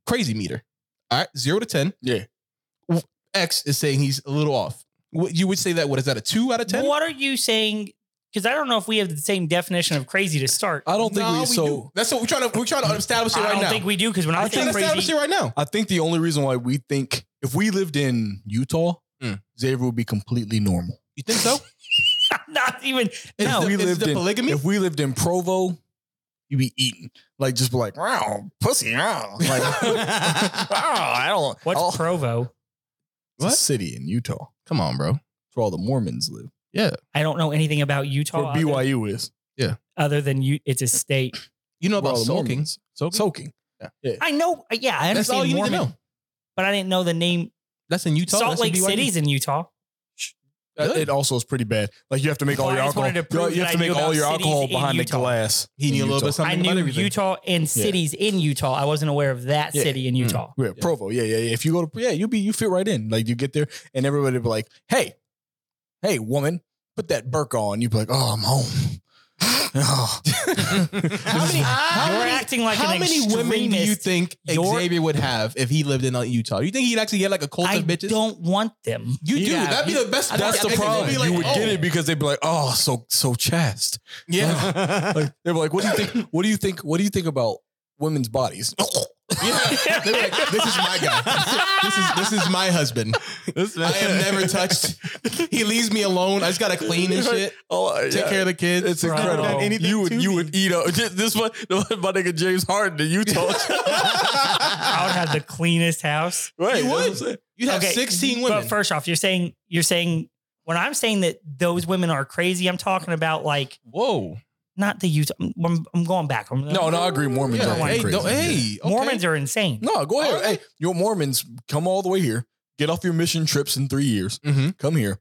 crazy meter. All right, zero to ten. Yeah. W- X is saying he's a little off. What- You would say that. What is that? A two out of ten? What are you saying? Because I don't know if we have the same definition of crazy to start. I don't think we, so. do. That's what we're trying to we're trying to establish it I right don't now. think we do because when I we're trying think to establish [laughs] crazy, it right now. I think the only reason why we think if we lived in Utah, Mm. Xavier would be completely normal. You think so? not even Is [laughs] no. the- we is lived the in [laughs] polygamy? If we lived in Provo, you be eating. Like just be like, wow, pussy, wow. [laughs] Like, wow, I don't. oh, What's Oh. I'll- Provo? It's a What? city in Utah. That's Come on, bro. where all the Mormons live. I don't know anything about That's Utah where other, BYU is. other than you. It's a state. You know Where about all the soaking. Mormons. Soaking. Soaking. I know. uh, Yeah, I That's understand all you Mormon, need to know. but I didn't know the name. That's in Utah. Salt That's Lake in BYU. City's in Utah. Good. It also is pretty bad. Like you have to make all Well, I your just alcohol. wanted to prove you have that to I make knew all about your cities alcohol in behind the Utah. glass. He knew in a little Utah. bit something I about knew everything. Utah and cities in Utah. I wasn't aware of that Yeah. city Hmm. in Utah. Mm. Yeah, Yeah. Provo. Yeah, yeah, yeah. If you go to yeah, you be you fit right in. Like you get there, and everybody be like, "Hey, hey, woman, put that burqa on." You be like, "Oh, I'm home." [sighs] oh. [laughs] How many? How You're many- acting like how an many women do you extremist. think You're- Xavier would have if he lived in uh, Utah? You think he'd actually get like a cult I of bitches? don't want them. you do. Yeah, That'd be you- the best. That's the they'd be problem. like, you would oh, get it because they'd be like, "Oh, so so chaste." Yeah. Like they were like, "What do [laughs] you think? What do you think? What do you think about women's bodies?" [laughs] yeah. [laughs] They'd be like, this is my guy. This is this is my husband. I am never touched. He leaves me alone. I just gotta clean and shit. [laughs] Oh, Take care of the kids. It's Bro. incredible. Anything You would to you me. would eat a, [laughs] this one. My nigga James Harden [laughs] in Utah. [laughs] I would have the cleanest house. right, You that's what I'm would. saying. you have sixteen women. But first off, you're saying you're saying when I'm saying that those women are crazy, I'm talking about like Whoa. not the Utah. I'm, I'm going back. I'm, No, no, I agree. Mormons Yeah. are Hey, crazy. don't, hey. okay. Mormons are insane. No, go ahead. All right. Hey, your Mormons, come all the way here. Get off your mission trips in three years. Mhm. Come here.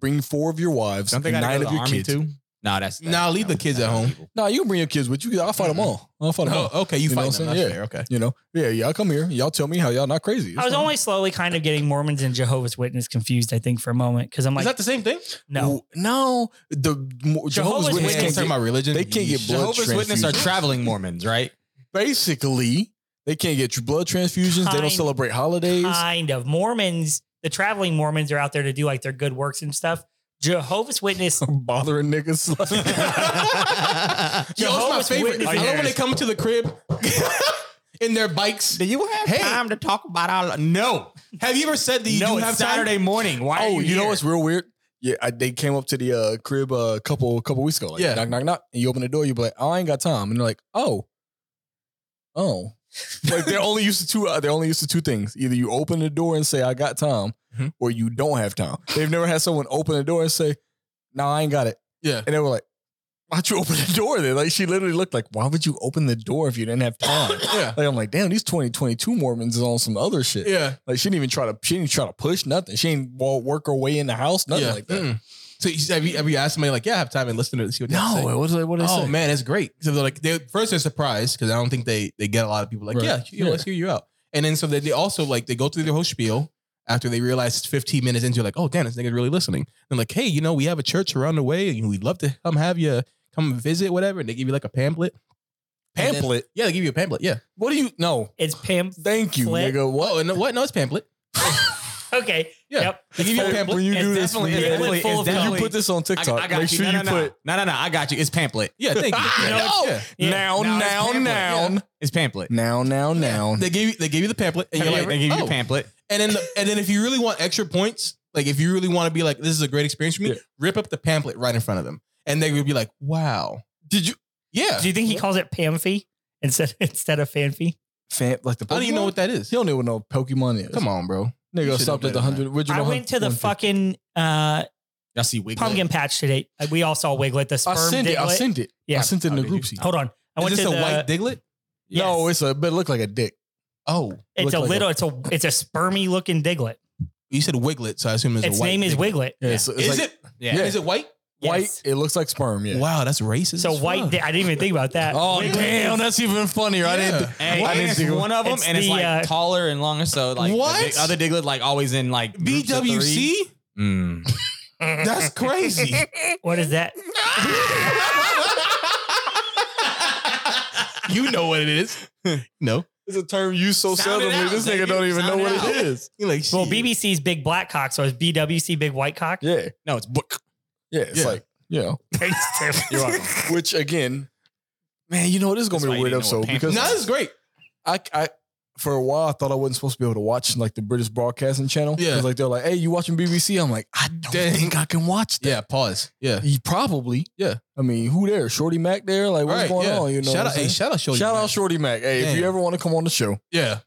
Bring four of your wives Don't and they gotta nine go to of the your army kids. too? Nah, that's Nah, leave the kids at home. No, you can bring your kids with you. I'll fight them all. I'll fight them all. Oh, okay, you, You know fight what them. I'm That's saying? Yeah. fair. Okay. You know, yeah, y'all come here. Y'all tell me how y'all not crazy. I was It's fine. only slowly kind of getting Mormons and Jehovah's Witness confused, I think, for a moment. Cause I'm Is like, that the same thing? no. Ooh, no. The Mo- Jehovah's, Jehovah's Witness Witness can't talking get, about religion. they can't get blood Jehovah's Witness are transfusions. traveling Mormons, [laughs] right? basically they can't get your blood transfusions. they don't Kind- celebrate holidays. Kind of. Mormons, the traveling Mormons are out there to do like their good works and stuff. Jehovah's [laughs] Witness, bothering niggas. [laughs] Yo, it's my Jehovah's favorite. Witness I love when they haters. come to the crib [laughs] in their bikes. Do you have Hey. time to talk about all? No, Have you ever said that you no. do have It's Saturday morning. Why? oh, are you, you, know here? what's real weird? Yeah, I, they came up to the uh, crib a couple couple weeks ago. Like, Yeah. knock, knock, knock. And you open the door, you be like, oh, I ain't got time. And they're like, oh, oh. like they're only used to two. Uh, they're only used to two things. Either you open the door and say, I got time, Mhm. or you don't have time. They've never had someone open the door and say, No, I ain't got it. Yeah. And they were like, Why'd you [laughs] open the door then? Like she literally looked like, Why would you open the door if you didn't have time? Yeah. Like I'm like, damn, these 2022 Mormons is on some other shit. Yeah. Like she didn't even try to. She didn't try to push nothing. She ain't wa- work her way in the house. Nothing yeah. like that. Mm. So you, have, you, have you asked somebody like, yeah, I have time and listen to see what they have to say? it was like what they oh man, that's great. So they're like, they first they're surprised because I don't think they they get a lot of people like, Right. yeah, you know, Yeah. let's hear you out. And then so they, they also like they go through their whole spiel after they realize it's 15 minutes into like, oh damn, this nigga's really listening. And like, hey, you know, we have a church around the way, and we'd love to come have you come visit, whatever. And they give you like a pamphlet. And then- Pamphlet. yeah, they give you a pamphlet. Yeah. What do you? No, it's Pam. thank you, Flit. nigga. What? Oh, and what? No, it's pamphlet. Okay. Yeah. Yep. They give you a Hey, pamphlet. when you It's do this, definitely- when you, it's edit- definitely- full of when you color. put this on I, TikTok, I got make you. sure no, you no, no. put no, no, no. I got you. It's pamphlet. Yeah, thank [laughs] you. You know, [laughs] Yeah. it's- Yeah. Yeah. noun, Now it's noun, pamphlet. noun, It's pamphlet. noun, noun, noun. They gave you they gave you the pamphlet, and They you're give like, they give you oh. a pamphlet. and then the, and then if you really want extra points, like if you really want to be like, this is a great experience for me, Yeah. rip up the pamphlet right in front of them, and they would be like, wow, did you? Yeah, Do you think he calls it Pamfy instead [laughs] instead of Fanfy? Fan, like the I don't even know what that is. He don't even know what Pokemon is. Come on, bro. You nigga, should stopped know at the better hundred. Where'd you I know went to the 150? fucking uh, Y'all see Wiggler? pumpkin patch today. Uh, We all saw Wiglet, the sperm I sent it. I diglet. sent it. I Yeah. sent it in Oh, the did group you? seat. Hold on. I went is this to a the, white diglet? No, it's a. But it looked like a dick. Oh, it's looked a like little, it's a it's a spermy looking diglet. you said wiglet, so I assume it's Its a white. name is diglet. Wiglet. Yeah, it's- it's Is like it? Yeah. Is it white? white. Yes. It looks like sperm. Yeah. Wow, that's racist. So as white. fuck. Di- I didn't even think about that. [laughs] Oh Wiglet damn, is- that's even funnier. I Yeah. didn't. Hey, I and didn't it's think of- one of them, It's and it's the, like uh, taller and longer. So like What? the big- other diglet, like always in like groups of three. BWC. Mm. [laughs] That's crazy. [laughs] [laughs] What is that? you know what it is. no, It's a term used so Sound it seldomly. out, This nigga nigga. don't even Sound know it what out. it is. you like Well, shit. BBC's big black cock, so it's BWC big white [laughs] cock. Yeah, No, it's book. yeah. It's Yeah. like you know, Taste him. which again, man, you know, this is gonna That's be why a you weird didn't know episode what because No, this is great. I, I, for a while I thought I wasn't supposed to be able to watch like the British broadcasting channel. Yeah. 'Cause, like they're like, hey, you watching BBC? I'm like, I don't Dang. think I can watch that. Yeah, pause. Yeah. He probably. Yeah. I mean, who there? Shorty Mac there? Like, what's All right, going yeah. on? You know. shout what out, I'm hey, saying? shout out, Shorty. Shout man. out Shorty Mac. Hey, Damn. if you ever want to come on the show, Yeah,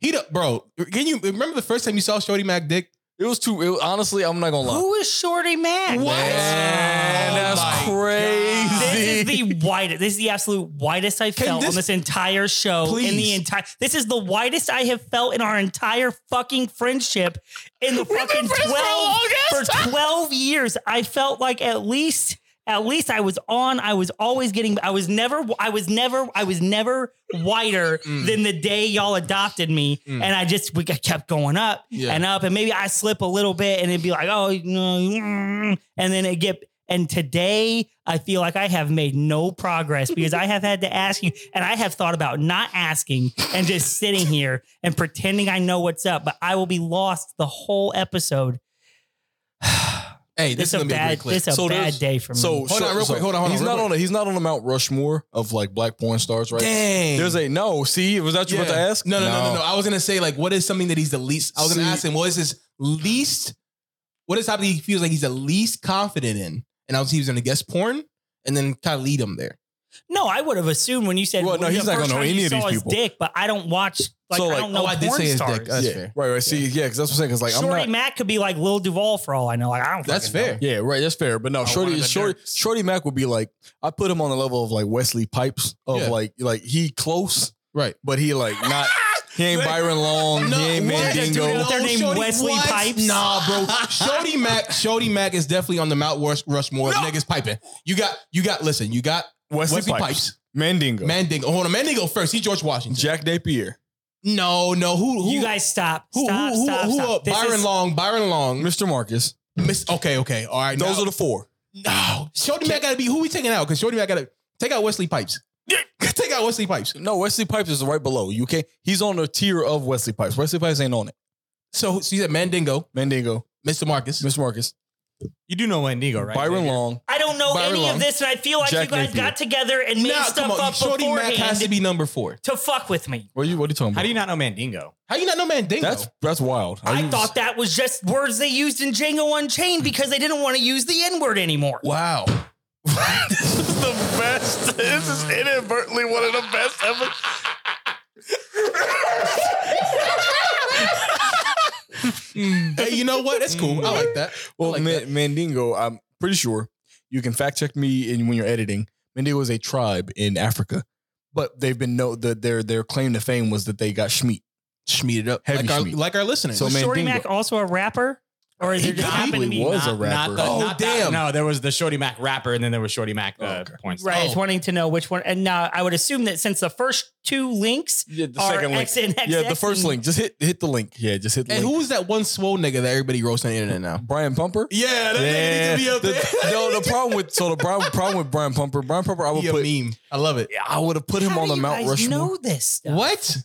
he, the, bro. Can you remember the first time you saw Shorty Mac Dick? it was too. It, honestly, I'm not gonna lie. Who is Shorty Mac? Man, Oh Oh that's This crazy. is the widest. This is the absolute widest I've Can felt on this- this entire show. In the Please. entire, this is the widest I have felt in our entire fucking friendship. In the fucking friends for twelve for, longest? twelve years, I felt like at least, at least I was on. I was always getting. I was never. I was never. I was never wider than the day y'all adopted me, and I just we got- kept going up Yeah. and up, and maybe I slip a little bit, and it'd be like, oh no, mm, and then it get. And today, I feel like I have made no progress because I have had to ask you, and I have thought about not asking and just sitting here and pretending I know what's up, but I will be lost the whole episode. Hey, this This is a gonna be a bad, great clip. this a So bad there's- day for me. So Hold on real quick, hold on, hold on He's real not quick. on. A, he's not on the Mount Rushmore of like black porn stars, right? Dang. There's a no. See, was that you about to ask? No, no, no, no, no. I was gonna say like, what is something that he's the least? I was gonna See- ask him, what is his least? What is something he feels like he's the least confident in? And I was he was gonna guess porn, and then kind of lead him there. no, I would have assumed when you said, Well, when no, the he's not first gonna know time any you of these saw his people. Dick, but I don't watch. Like, So, I like, don't know oh, I did porn say his dick. stars. That's yeah, fair. right, right. See, yeah, because that's what I'm saying. Because like Shorty I'm not. Mac could be like Lil Duval for all I know. Like I don't. That's fucking know. fair. yeah, right. That's fair. But no, one of Shorty, the Shorty, nerds. Shorty Mac would be like I put him on the level of like Wesley Pipes of Yeah. like like he close, Right. but he like [laughs] not. He ain't Byron Long. he ain't what? Mandingo. No, What's their name? Shorty, Wesley what? Pipes? Nah, bro. Shorty Mac. Shorty Mac is definitely on the Mount Rush, Rushmore. of Niggas piping. You got. You got. Listen. You got Wesley, Wesley Pipes. Pipes. Mandingo. Mandingo. Hold on. Mandingo first. He George Washington. Jack Napier. no, no. Who? Who? You guys stop. who? stop. who? Who? stop. who, stop. uh, This Byron is- Long. Byron Long. Mr. Marcus. Miss, okay. Okay. All right. Those now- are the four. No, Shorty Mac gotta be who we taking out because Shorty Mac gotta take out Wesley Pipes. [laughs] take out Wesley Pipes. No, Wesley Pipes is right below. You can't. He's on the tier of Wesley Pipes. Wesley Pipes ain't on it. So, so you said Mandingo, Mandingo, Mr. Marcus. Mr. Marcus, You do know Wendigo, right? Byron Xavier? Long. I don't know Byron any Long. of this, and I feel like Jack you guys Napier. got together and made Nah, stuff up Shorty Mac beforehand has to to, be number four. fuck with me. What are you? What are you talking How about? do you not know Mandingo? How you not know Mandingo? that's that's wild. How I you- thought that was just words they used in Django Unchained because they didn't want to use the N word anymore. wow. this is [laughs] the best. This is inadvertently one of the best ever. hey, you know what? That's cool. I Mm. like that. Well, like Ma- that. Mandingo. I'm pretty sure you can fact check me in when you're editing. Mandingo is a tribe in Africa, but they've been no. The, their their claim to fame was that they got Schmeat. Schmeed it up. Heavy like, our, schmeed. like our listeners. So Was Shorty Mandingo. Mac also a rapper? Or is He it just probably happened to be was not- a rapper. Not the, Oh, not damn. That, no, there was the Shorty Mac rapper, and then there was Shorty Mac uh, Oh, okay. porn star. Right, it's wanting to know which one. And now I would assume that since the first two links Yeah, the are second link. X and X, Yeah, the first link. Just hit hit the link. Yeah, just hit the and link. who is that one swole nigga that everybody roasts on the internet now? Brian Pumper. Yeah, that nigga needs to be up The- there. [laughs] no, the problem with so the problem, problem with Brian Pumper, Brian Pumper, I would He put a meme. I love it. Yeah, I would have put him How on do the you Mount guys Rushmore. Know this? stuff? What?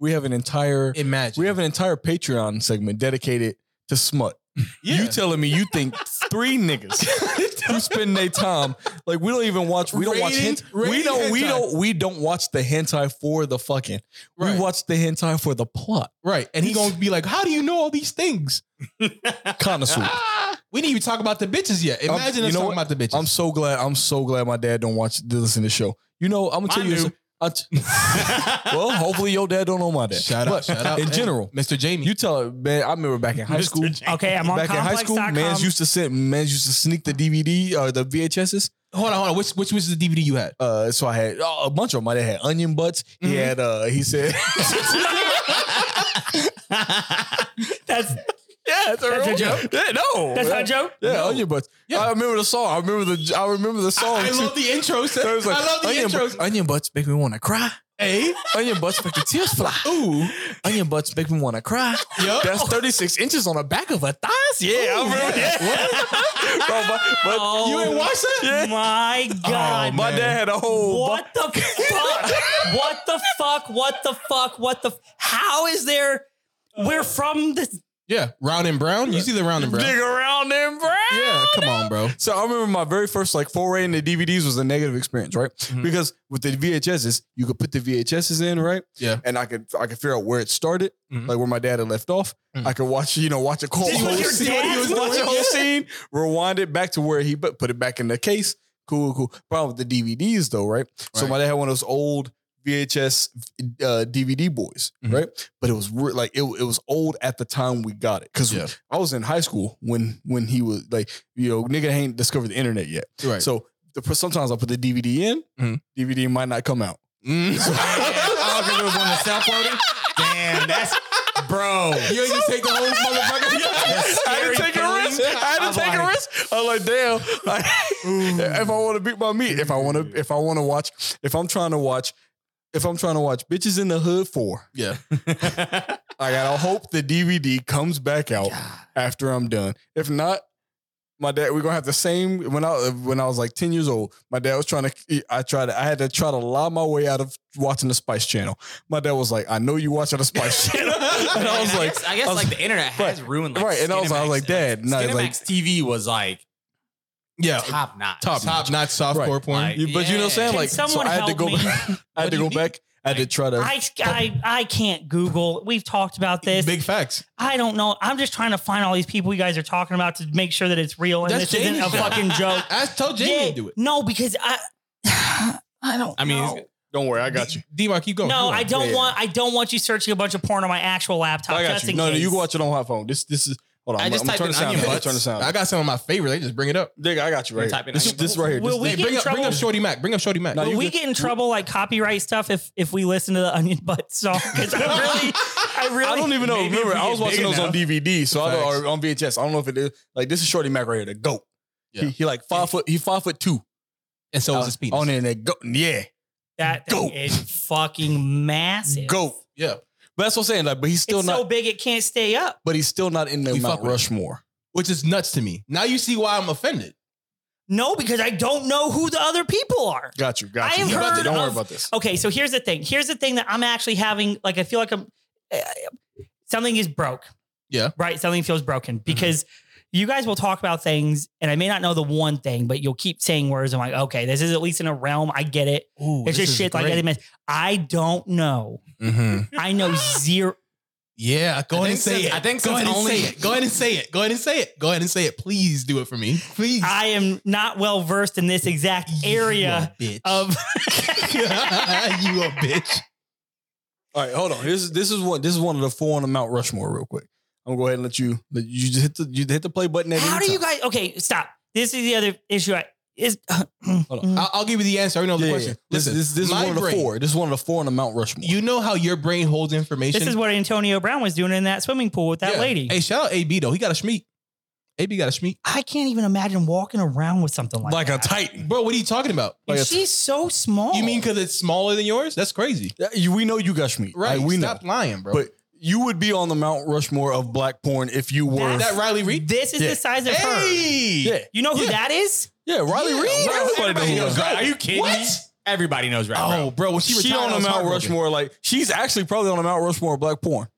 We have an entire Imagine. we have an entire Patreon segment dedicated to smut. yeah. You telling me you think three niggas [laughs] who spend their time like we don't even watch we don't watch Rating- hent- we rating don't we hentai. don't we don't watch the hentai for the fucking Right. we watch the hentai for the plot right. And he gonna be like, how do you know all these things? [laughs] connoisseur. Ah, we didn't even talk about the bitches yet. Imagine you us know talking what? about the bitches. I'm so glad I'm so glad my dad don't watch to listen to the show. You know I'm gonna tell Mine you. do. I t- [laughs] well, hopefully your dad don't know my [laughs] dad. shout But out, shout out. In Hey, general, Mr. Jamie. you tell man. I remember back in high Mr. school. J. Okay, I'm on back in high school, complex.com. man's used to send, man's used to sneak the DVD or uh, the VHSs. hold on, hold on. Which which was the DVD you had? Uh, so I had oh, a bunch of them. I had onion butts. He Mhm. had. Uh, he said, [laughs] That's "Yeah, that's a, That's real a joke? Yeah, no, that's yeah, not a joke. Yeah, onion butts. Yeah. I remember the song. I remember the. I remember the song. I too. love the intros. So it was like, I love the onion, intros. bu- onion butts make me want to cry. hey, Onion butts make the tears fly. [laughs] ooh, Onion butts make me want to cry. Yup. That's 36 inches on the back of her thighs. Yeah, I remember yeah. [laughs] that. Bro, my- but- Oh. you ain't watched that? My Oh, God. my man. dad had a whole. What the fuck? what the fuck? What the fuck? What the? How is there? We're from the Yeah, round and brown. You see the round and brown. Dig around and brown. Yeah, come on, bro. So I remember my very first like foray into DVDs was a negative experience, right? Because with the VHSs, you could put the VHSs in, right? Yeah. And I could I could figure out where it started, Mhm. like where my dad had left off. Mhm. I could watch, you know, watch a whole, Did you whole watch your scene, dad's watch a whole one? scene, rewind it back to where he put put it back in the case. Cool, cool. Problem with the DVDs though, right? So Right. my dad had one of those old VHS uh, DVD boys, Mhm. right? But it was re- like it, it was old at the time we got it because Yeah. I was in high school when when he was like, you know, nigga ain't discovered the internet yet. Right. So the, sometimes I put the DVD in, Mhm. DVD might not come out. Mm. Oh, 'cause it was on the self loading. Damn, that's bro. you ain't just take the whole [laughs] motherfucker. I had to take a risk. I had to I'm take a like- risk. I'm like, damn. Like, [laughs] if I want to beat my meat, if I want to, if I want to watch, if I'm trying to watch, if I'm trying to watch bitches in the hood four, Yeah. [laughs] I gotta hope the DVD comes back out after I'm done. If not, my dad, we're gonna have the same. When I when I was like ten years old, my dad was trying to. I tried. to- I had to try to lie my way out of watching the Spice Channel. My dad was like, "I know you watching [laughs] the Spice Channel," and I was I like, guess, I guess I was- like the internet has ruined like, right, and I was- I was Skinamax. like, Dad, no, Skinamax like- TV was like Yeah. top notch. Top top notch softcore Right. porn. Like- You- but you know what I'm saying? Can like, so someone [laughs] I had to help go. me? Back, I What had do to go you mean? back. I had to try to. I, I, I can't Google. We've talked about this. Big facts. I don't know. I'm just trying to find all these people you guys are talking about to make sure that it's real and That's this isn't a Jamie's job. [laughs] fucking joke. [laughs] I told Jamie Yeah, to do it. No, because I, [sighs] I don't. I mean, know. it's- don't worry, I got you. D Mark, keep going. no, [laughs] I don't Yeah. want. I don't want you searching a bunch of porn on my actual laptop. I got just you. in No, no, case. you can watch it on my phone. This, this is. Hold on, I I'm, just I'm typed gonna turn the in sound. onion down. butts. Turn the sound. I down. got some of my favorites. They just bring it up. Nigga, I got you right. Type Here. in This, onion this butts. right here. Will This, we Hey, this, get bring in up bring trouble? up Shorty Mac. Bring up Shorty Mac. No, Will you we good. get in trouble like copyright stuff if if we listen to the Onion Butt song? [laughs] 'Cause I really, I really. [laughs] I don't even know. Maybe Remember, if we I was get watching big those on enough. DVD, so I Facts. don't, or on VHS. I don't know if it is like this is Shorty Mac right here. The goat. Yeah. He, he like five foot. He five foot two. Uh, and so Uh, was his penis. on internet. Go, yeah, That thing Goat. is fucking massive. goat. Yeah. But that's what I'm saying. Like, but he's still it's not. so big it can't stay up. but he's still not in the We Mount fuck with it. Rushmore. Which is nuts to me. Now you see why I'm offended. No, because I don't know who the other people are. Got you. Got I you. have You got to- heard don't worry of- about this. Okay, so here's the thing. Here's the thing that I'm actually having. Like, I feel like I'm uh, something is broke. Yeah. Right. Something feels broken Mm-hmm. because you guys will talk about things, and I may not know the one thing, but you'll keep saying words. I'm like, okay, this is at least in a realm. I get it. Ooh, it's just shit like Eddie Mess. I don't know. Mm-hmm. Mhm. I [gasps] know zero. Yeah, go ahead I think and say since- it. I think go since ahead and only- say it. Go ahead and say it. Go ahead and say it. Go ahead and say it. Please do it for me. Please. I am not well versed in this exact area you a bitch. of. [laughs] you a bitch. All right, hold on. This is this is one this is one of the four on the Mount Rushmore, real quick. I'm gonna go ahead and let you let you just hit the you hit the play button. At How any do you time. guys? Okay, stop. This is the other issue. I is I'll, I'll give you the answer. I know the Yeah, yeah, question. yeah. This, Listen, this, this is my one of the brain- four. This is one of the four on the Mount Rushmore. You know how your brain holds information. this is what Antonio Brown was doing in that swimming pool with that Yeah. lady. Hey, shout out AB though. He got a schmeat. AB got a schmeat. I can't even imagine walking around with something like, like a that. titan. Bro, what are you talking about? And like a- she's so small. You mean because it's smaller than yours? That's crazy. Yeah, you- we know you got me. Right. we Stop lying, know. bro. But you would be on the Mount Rushmore of black porn if you were. That's- that Riley Reed. this is Yeah. the size of her? Hey. yeah, You know who Yeah. that is? yeah, Riley Yeah, Reed. bro, Everybody everybody knows knows who that. Are you kidding me? What? Everybody knows rap. Oh, bro, when she She retired, on I the was Mount heartbroken. Rushmore, like she's actually probably on the Mount Rushmore of black porn.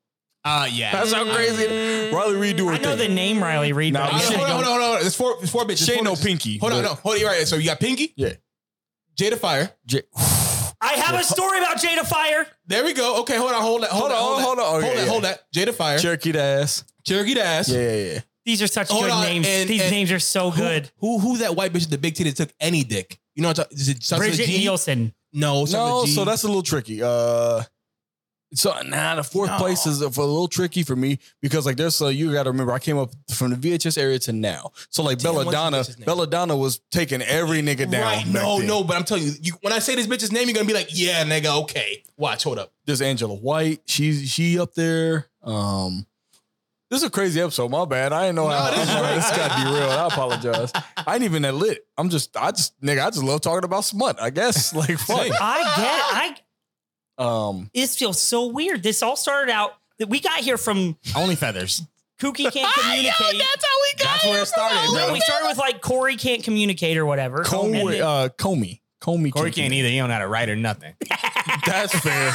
Uh, yeah. That's how crazy. it- Riley Reed do her I know the thing. name Riley Reed. Nah, but we I Hold on, should don't- go- hold on, hold on, hold on. It's four, it's four bitches. She ain't Four no bitches. pinky. Hold on, but- no, hold it right. So you got Pinky, Yeah. Jada Fire. J- I have a story about Jada Fire. There we go. Okay, hold on, hold that, hold, Hold on, on, Oh, hold on. hold Okay, that, yeah. hold that. Jada Fire, Cherokee the ass. Cherokee Dash. Yeah, yeah, yeah. These are such Hold good on, names. and- These and- names are so Who- good. Who, who that white bitch with the big titty that took any dick? You know what I'm talking? Is it something Bridget G? Nielsen. No, something No, G. so that's a little tricky. Uh, so nah, the fourth No. place is a, a little tricky for me because like there's so you got to remember I came up from the VHS area to now. So like Damn, what's Belladonna, this bitch's name? Belladonna was taking every nigga down. Right? back No, then. no. But I'm telling you, you, when I say this bitch's name, you're gonna be like, yeah, nigga, okay. Watch, hold up. There's Angela White. She's she up there. Um, this is a crazy episode. My bad. I didn't know how this is how great. [laughs] this got derailed. I apologize. I ain't even that lit. I'm just I just nigga. I just love talking about smut. I guess [laughs] like fuck. Same. I [laughs] get. I. Um, This feels so weird. This all started out that we got here from Only feathers. Kooky can't [laughs] communicate. That's where it started, No, bro. we started with like Corey can't communicate or whatever. And Comey. then- Uh, [laughs] Comey. Comey Corey can't either. He don't know how to write or nothing. That's fair.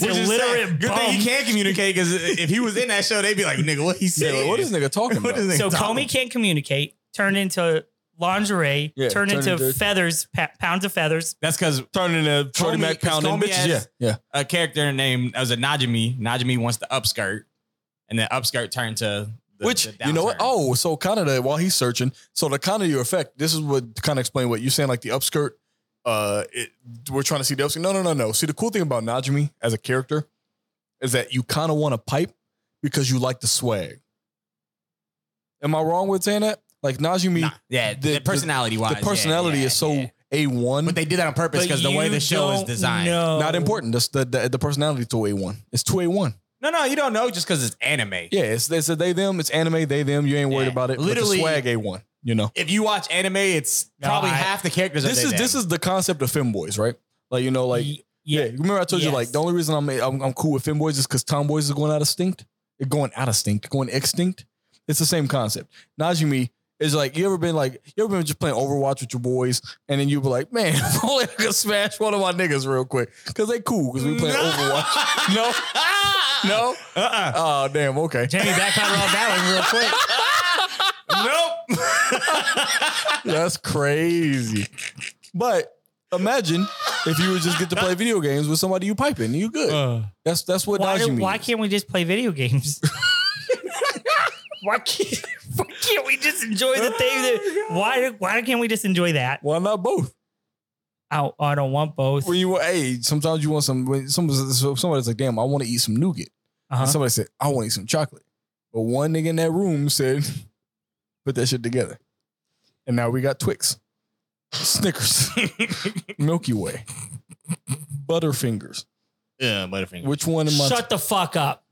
Which is illiterate sad. Good thing bum. he can't communicate because if he was in that show, they'd be like, "Nigga, what he [laughs] Yeah, said? like, what is nigga [laughs] talking What about? is So nigga talking Comey can't communicate, turned into lingerie, Yeah, turned turned into into- feathers, pa- pounds of feathers. That's because Turning to Shorty Comey- Mac cause pounding Comey bitches. has- Yeah. Yeah. a character named as a Najimi. Najimi wants the upskirt, and then upskirt turned to the, Which the you know what? downturn. Oh, so kind of the, while he's searching, so the kind of your effect. This is what kind of explain what you're saying, like the upskirt. Uh, it, we're trying to see the upskirt. No, no, no, no. See, the cool thing about Najimi as a character is that you kind of want to pipe because you like the swag. Am I wrong with saying that? Like Najimi, Nah, yeah, the- the, personality wise, the personality is so a one. But they did that on purpose because the way the show is designed. Not important. That's the, the the personality to a one. It's two a one. No, no, you don't know just because it's anime. Yeah, it's it's a they them. It's anime they them. You ain't worried Yeah. about it. Literally- but the swag a one. You know. If you watch anime, it's No, probably I- half the characters. this is this is the concept of femboys, right? Like you know, like yeah. Remember I told you like Yes. the only reason I'm I'm, I'm cool with femboys is because tomboys is going out of extinct. They're going out of extinct, going extinct. It's the same concept. Najimi is like you ever been like you ever been just playing Overwatch with your boys, and then you were like, man, [laughs] if only I could smash one of my niggas real quick because they cool because we playing Overwatch. [laughs] [laughs] No, no. uh-uh. Oh damn. Okay. Jamie backpedal off that one real quick. nope. That's crazy. But imagine if you would just get to play video games with somebody you piping, you good. that's that's what Why, do, Najimi. why is. can't we just play video games? why, can't, why can't we just enjoy the thing? That, why why can't we just enjoy that? Why not both? I, I don't want both. When you hey, sometimes you want some. When somebody, so somebody's like, "Damn, I want to eat some nougat," Uh-huh. and somebody said, "I want to eat some chocolate," but one nigga in that room said, [laughs] "Put that shit together," and now we got Twix, [laughs] Snickers, Milky Way, Butterfingers. yeah, Butterfingers. What Which one am I? Shut the fuck up.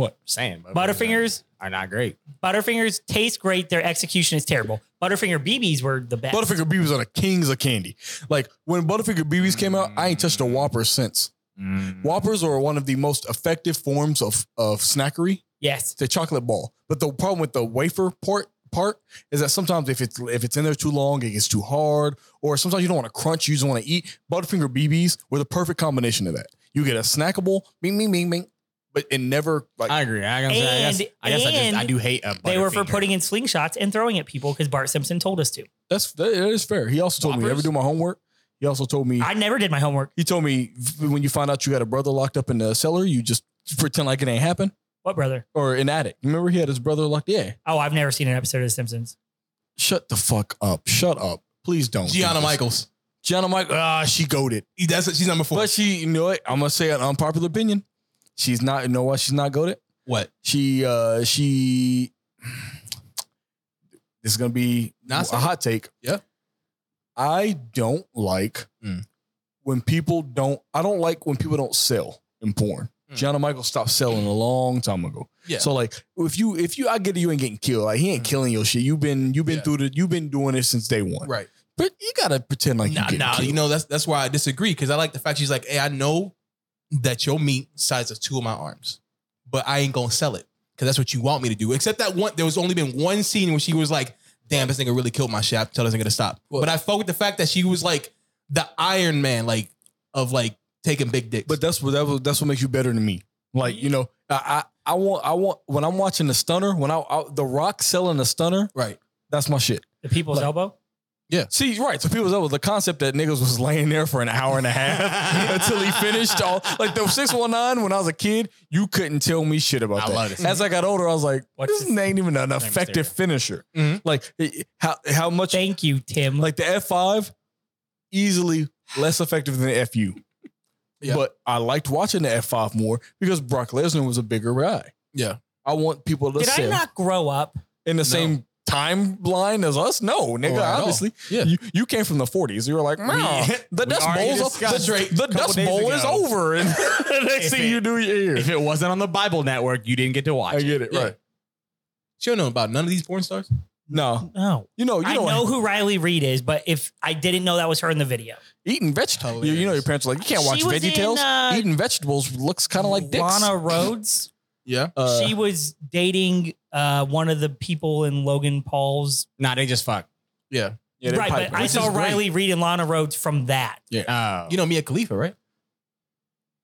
I'm saying? Butterfingers, are not great. Butterfingers taste great. Their execution is terrible. Butterfinger BBs were the best. Butterfinger BBs are the kings of candy. Like when Butterfinger BBs came out, I ain't touched a Whopper since. Mm. Whoppers are one of the most effective forms of of snackery. yes. It's a chocolate ball, but the problem with the wafer part part is that sometimes if it's if it's in there too long, it gets too hard, or sometimes you don't want to crunch, you just want to eat. Butterfinger BBs were the perfect combination of that. You get a snackable, bing bing bing bing, but it never like I agree. I, gotta say, I guess, And- I, guess I, and just, I do hate a They were for Butterfinger. putting in slingshots and throwing at people because Bart Simpson told us to. that's that is fair. He also told me never Whoppers? do my homework. He also told me I never did my homework. He told me v- when you find out you got a brother locked up in the cellar, you just pretend like it ain't happened What brother? or an attic. Remember, he had his brother locked. Yeah. Oh, I've never seen an episode of The Simpsons. Shut the fuck up. Shut up. Please don't. do Gianna this. Michaels. Gianna Michael. Ah, she goaded. That's she's number four. But she, you know what? I'm gonna say an unpopular opinion. She's not. You know why she's not goaded? what? She, uh, she. [sighs] This is gonna be Not a so- hot take. Yeah. I don't like Mm. when people don't. I don't like when people don't sell in porn. Mm. Gianna Michael stopped selling a long time ago. Yeah. Mm. So like, if you if you I get it, you ain't getting killed. Like he ain't killing your shit. You've been you've been Yeah. through the you've been doing it since day one. Right. But you gotta pretend like nah, you nah. Uh, You know that's that's why I disagree because I like the fact she's like, hey, I know that your meat size of two of my arms, but I ain't gonna sell it because that's what you want me to do. Except that one, there was only been one scene where she was like, damn, this nigga really killed my shit. I have to tell this nigga to stop. But I fuck with the fact that she was like the Iron Man, like of like taking big dicks. But that's what that was, that's what makes you better than me. Like you know, I, I I want I want when I'm watching the stunner when I, I the Rock selling the stunner. right. That's my shit. The People's Like- Elbow. See, right. So people, that was the concept that niggas was laying there for an hour and [laughs] a half until he finished all. Like the six one nine. When I was a kid, you couldn't tell me shit about I that. love this. As I got older, I was like, Watch this, this. ain't even an effective Mysterio. finisher. Mm-hmm. Mhm. Like it- how how much Thank you, Tim. like the F five easily less effective than the FU. Yeah. But I liked watching the F five more because Brock Lesnar was a bigger guy. Yeah. I want people to Did I sell not grow up? in the same timeline as us? No, nigga, Or at all. obviously. Yeah. You, you came from the 40s. You were like, "Nah, the we Dust already Bowl's discussed the, straight the a couple Dust days Bowl is ago. over. And [laughs] next If thing it- you do, you If hear. it wasn't on the Bible Network, you didn't get to watch. I get it. Yeah. Right. She don't know about none of these porn stars. No. No. You know, you I know, know who Riley Reed is, but if I didn't know that was her in the video, eating vegetables. You, you know, your parents are like, you can't She watch was Veggie in, Tales. uh, eating vegetables looks kind of like dicks. Lana Rhodes, Yeah. [laughs] Uh, she was dating uh, one of the people in Logan Paul's. Nah, they just fuck. Yeah. Yeah, they right, pipe but it. I Which saw is great. Riley Reed and Lana Rhodes from that. Oh. You know Mia Khalifa, right?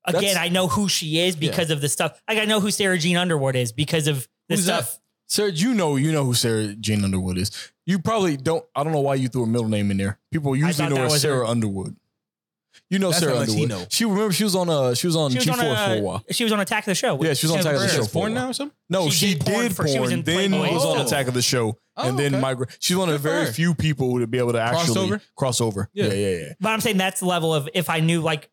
Again, That's- I know who she is because of the stuff. Like I know who Sarah Jean Underwood is because of the Who's stuff. Sarah, you know, you know who Sarah Jane Underwood is. You probably don't. I don't know why you threw her middle name in there. People usually thought know that her as was her- Sarah Underwood. You know That's Sarah not Underwood. Latino. She remember she was on uh she was on She was G4 on for a a, while. she was on Attack of the Show. Yeah, she was on Attack of the She's Show. for a born while. now or something? No, She she, did did porn porn. for- she was in then Playboy. was on Oh. Attack of the Show, Oh, and then okay. migrate. She's one of the Good for very her. few people to be able to actually Crossover? cross over. Yeah. Yeah, yeah, yeah. But I'm saying that's the level of if I knew like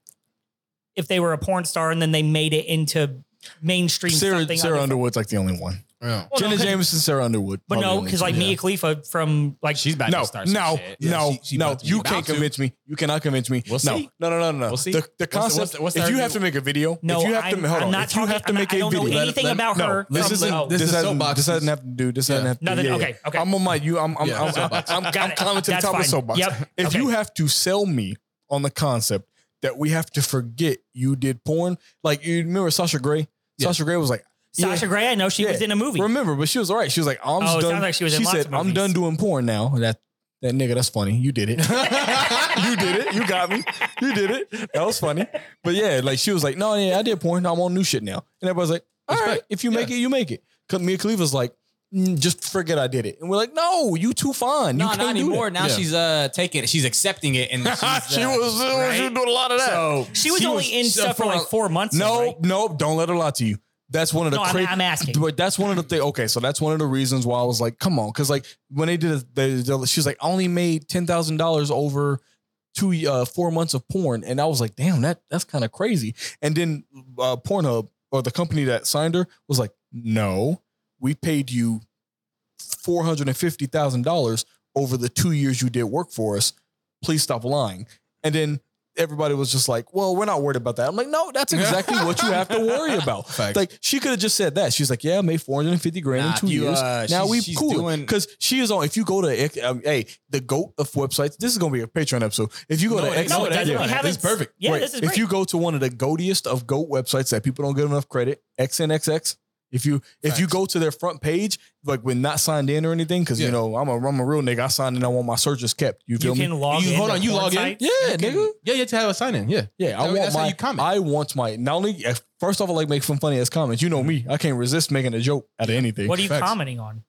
if they were a porn star and then they made it into mainstream Sarah something. Sarah other- Underwood's like the only one. Yeah. Well, no, Jenna 'cause- Jameson, Sarah Underwood. But probably no, the because like only two. Mia Khalifa from like She's about No, to start some no, shit. Yeah, no, she- she no. about to- she You about can't to. convince me. You cannot convince me. We'll no. see. no, no, no, no, no. We'll see. The, the What's the- concept. what's the- what's the if you have argument? to make a video, no, if you have I'm, to, hold I'm on. not if you talking. have to I'm not- make I a don't video, know anything Let- about no, her. this from- isn't- oh, this- is hasn't- soapbox. This doesn't have to do. This doesn't Yeah. have to. Nothing- yeah, okay, yeah. okay. I'm on my. You. I'm. I'm. Yeah, I'm, soapbox. I'm, Got I'm it. coming to the That's top of fine. the soapbox. Yep. If Okay. you have to sell me on the concept that we have to forget you did porn, like you remember Sasha Grey. Yeah. Sasha Grey was like. yeah, Sasha Grey. I know she Yeah. was in a movie. Remember, but she was all right. She was like, I'm Oh, just it done. sounds like she was in lots said, of I'm movies. done doing porn now. That that nigga, that's funny. You did it. [laughs] you did it. You got me. You did it. That was funny. But yeah, like she was like, No, yeah, I did porn. I'm on new shit now. And everybody's like, "All right, Respect. if you make it, you make it. Cause Mia Khalifa's like, "Mm, just forget I did it. And we're like, No, you too fine. No, you not can't do anymore. that." Now Yeah. [laughs] she's uh taking it. She's accepting it, and she's, uh, she was, she was- she was doing a lot of that. [laughs] so she was she only was- in so stuff for for a- like four months. though, No, right? no, don't let her lie to you. That's one of the No, I'm- I'm asking. But that's one of the things. Okay, so that's one of the reasons why I was like, come on, because like when they did, it, they, they, she was like, I only made ten thousand dollars over two uh, four months of porn, and I was like, damn, that that's kind of crazy. And then uh, Pornhub or the company that signed her was like, no, we paid you four hundred and fifty thousand dollars over the two years you did work for us. Please stop lying. And then everybody was just like, well, we're not worried about that. I'm like, no, that's exactly what you have to worry about. Fact. Like she could have just said that. She's like, yeah, I made 450 grand Nah, in two you, years. uh, now she's- we she's cool doing- because she is on. If you go to um, hey, the goat of websites, this is gonna be a Patreon episode. If you go No, to it- X, no, no, it it doesn't. yeah, We this haven't. is perfect. Yeah, Wait, this is if great. you go to one of the goatiest of goat websites that people don't get enough credit, XNXX. If you if you Facts. go to their front page, like when not signed in or anything, because Yeah. you know I'm a I'm a real nigga. I signed in. I want my searches kept. You you feel me? can log You- in. hold to on, you porn log in? sites. yeah, nigga. Yeah, you have to have a sign in. Yeah. Yeah, I I mean, want that's my. how you comment. I want my. Not only first off, I like make some funny ass comments. You know me. I can't resist making a joke out of anything. What are you Facts. commenting on?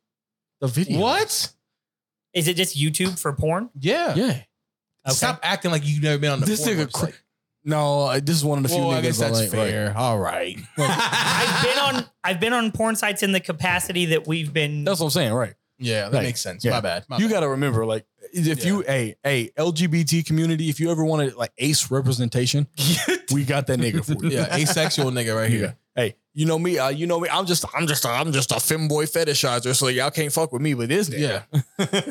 the video? What? Is it just YouTube for porn? Yeah. Yeah. Okay. Stop acting like you've never been on the This porn nigga website. cra- No, I- this is one of the few. Well, niggas I guess that's like, fair. All [laughs] right. I've been on I've been on porn sites in the capacity that we've been That's what I'm saying, right? Yeah, that Like, makes sense. yeah. My bad. My you bad. got to remember, like, if Yeah. you a a LGBT community, if you ever wanted like ace [laughs] representation, we got that nigga for you. yeah, asexual nigga right Yeah. here. Hey, you know me. Uh, you know me. I'm just, I'm just, a, I'm just a femboy fetishizer. So y'all can't fuck with me. But this, nigga. Yeah. [laughs]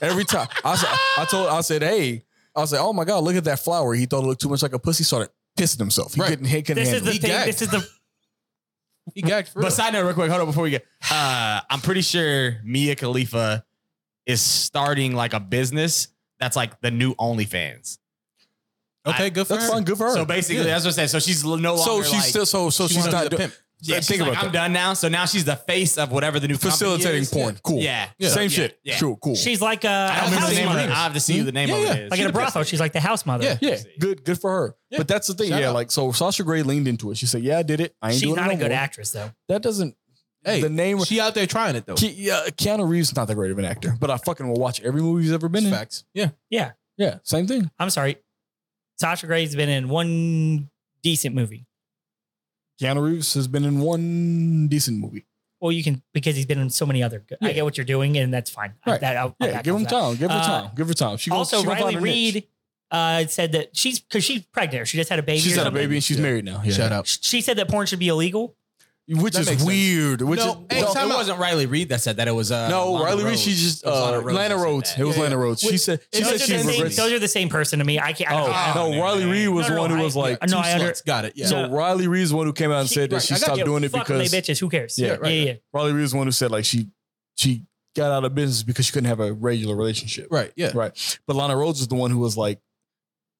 Every time I, said, I told, I said, hey, I said, oh my god, look at that flower. He thought it looked too much like a pussy. Started pissing himself. He Right. couldn't, he couldn't this is handle the He it. thing. gagged. This is the He gagged for But real. side note, real quick, hold on before we get. Uh, I'm pretty sure Mia Khalifa is starting like a business that's like the new OnlyFans. Okay, good for That's her. fine. Good for her. So basically, that's what I'm saying. So she's l- no longer so she's like, still, so so She she's wanna be not. the doing- pimp. Yeah, she's think like, about I'm that. done now. So now she's the face of whatever the new company facilitating is. porn. Cool. Yeah. Yeah. Same Yeah. shit. Yeah. Sure. Cool. she's like a I don't remember house the name of mother. it. I have to see who Hmm? the name Yeah, of yeah. it is. Like at a She's a brothel, she's like the house mother. Yeah. yeah. Good. Good for her. Yeah. But that's the thing. Shout yeah. out. Like so, Sasha Grey leaned into it. She said, "Yeah, I did it. I ain't She's doing not it a no good more." actress though. That doesn't. Hey, the name. She out there trying it though. Ke- yeah, Keanu Reeves is not that great of an actor, but I fucking will watch every movie he's ever been in. Facts. Yeah. Yeah, same thing. I'm sorry. Sasha Gray's been in one decent movie. Keanu Reeves has been in one decent movie. Well, you can because he's been in so many other. I Yeah. get what you're doing, and that's fine. I- Right. that- I'll- I'll Yeah, back give off him that. time. Give her Uh, time. Give her time. She gonna- also, she gonna find Riley her niche. Reed uh, said that she's because she's pregnant. or She just had a baby. She's or had a something. baby and she's Yeah. married now. Yeah. Shout out. She said that porn should be illegal. Which That is makes sense. weird. Which No, is hey, no, time it out. wasn't Riley Reed that said that. It was uh, no, Lana Riley Reed. Rhodes. She just It was uh, Lana Rhodes Lana that said Rhodes. that. It was Yeah, Lana yeah. Rhodes. She Wait, said she it's said Those just are, she the she's same, religious. regrets. those are the same person to me. I can't. I don't- I Oh don't no, no, Riley Reed was No, the no, one who I- was like. No, Two I under- sluts. got it. Yeah. So Riley Reed is the one who came out and She- said that right, she I gotta stopped get doing it Fuck them, because they bitches. Who cares? Yeah, yeah, right, yeah. yeah. Riley Reed was the one who said like she she got out of business because she couldn't have a regular relationship. right. Yeah. Right. But Lana Rhodes is the one who was like,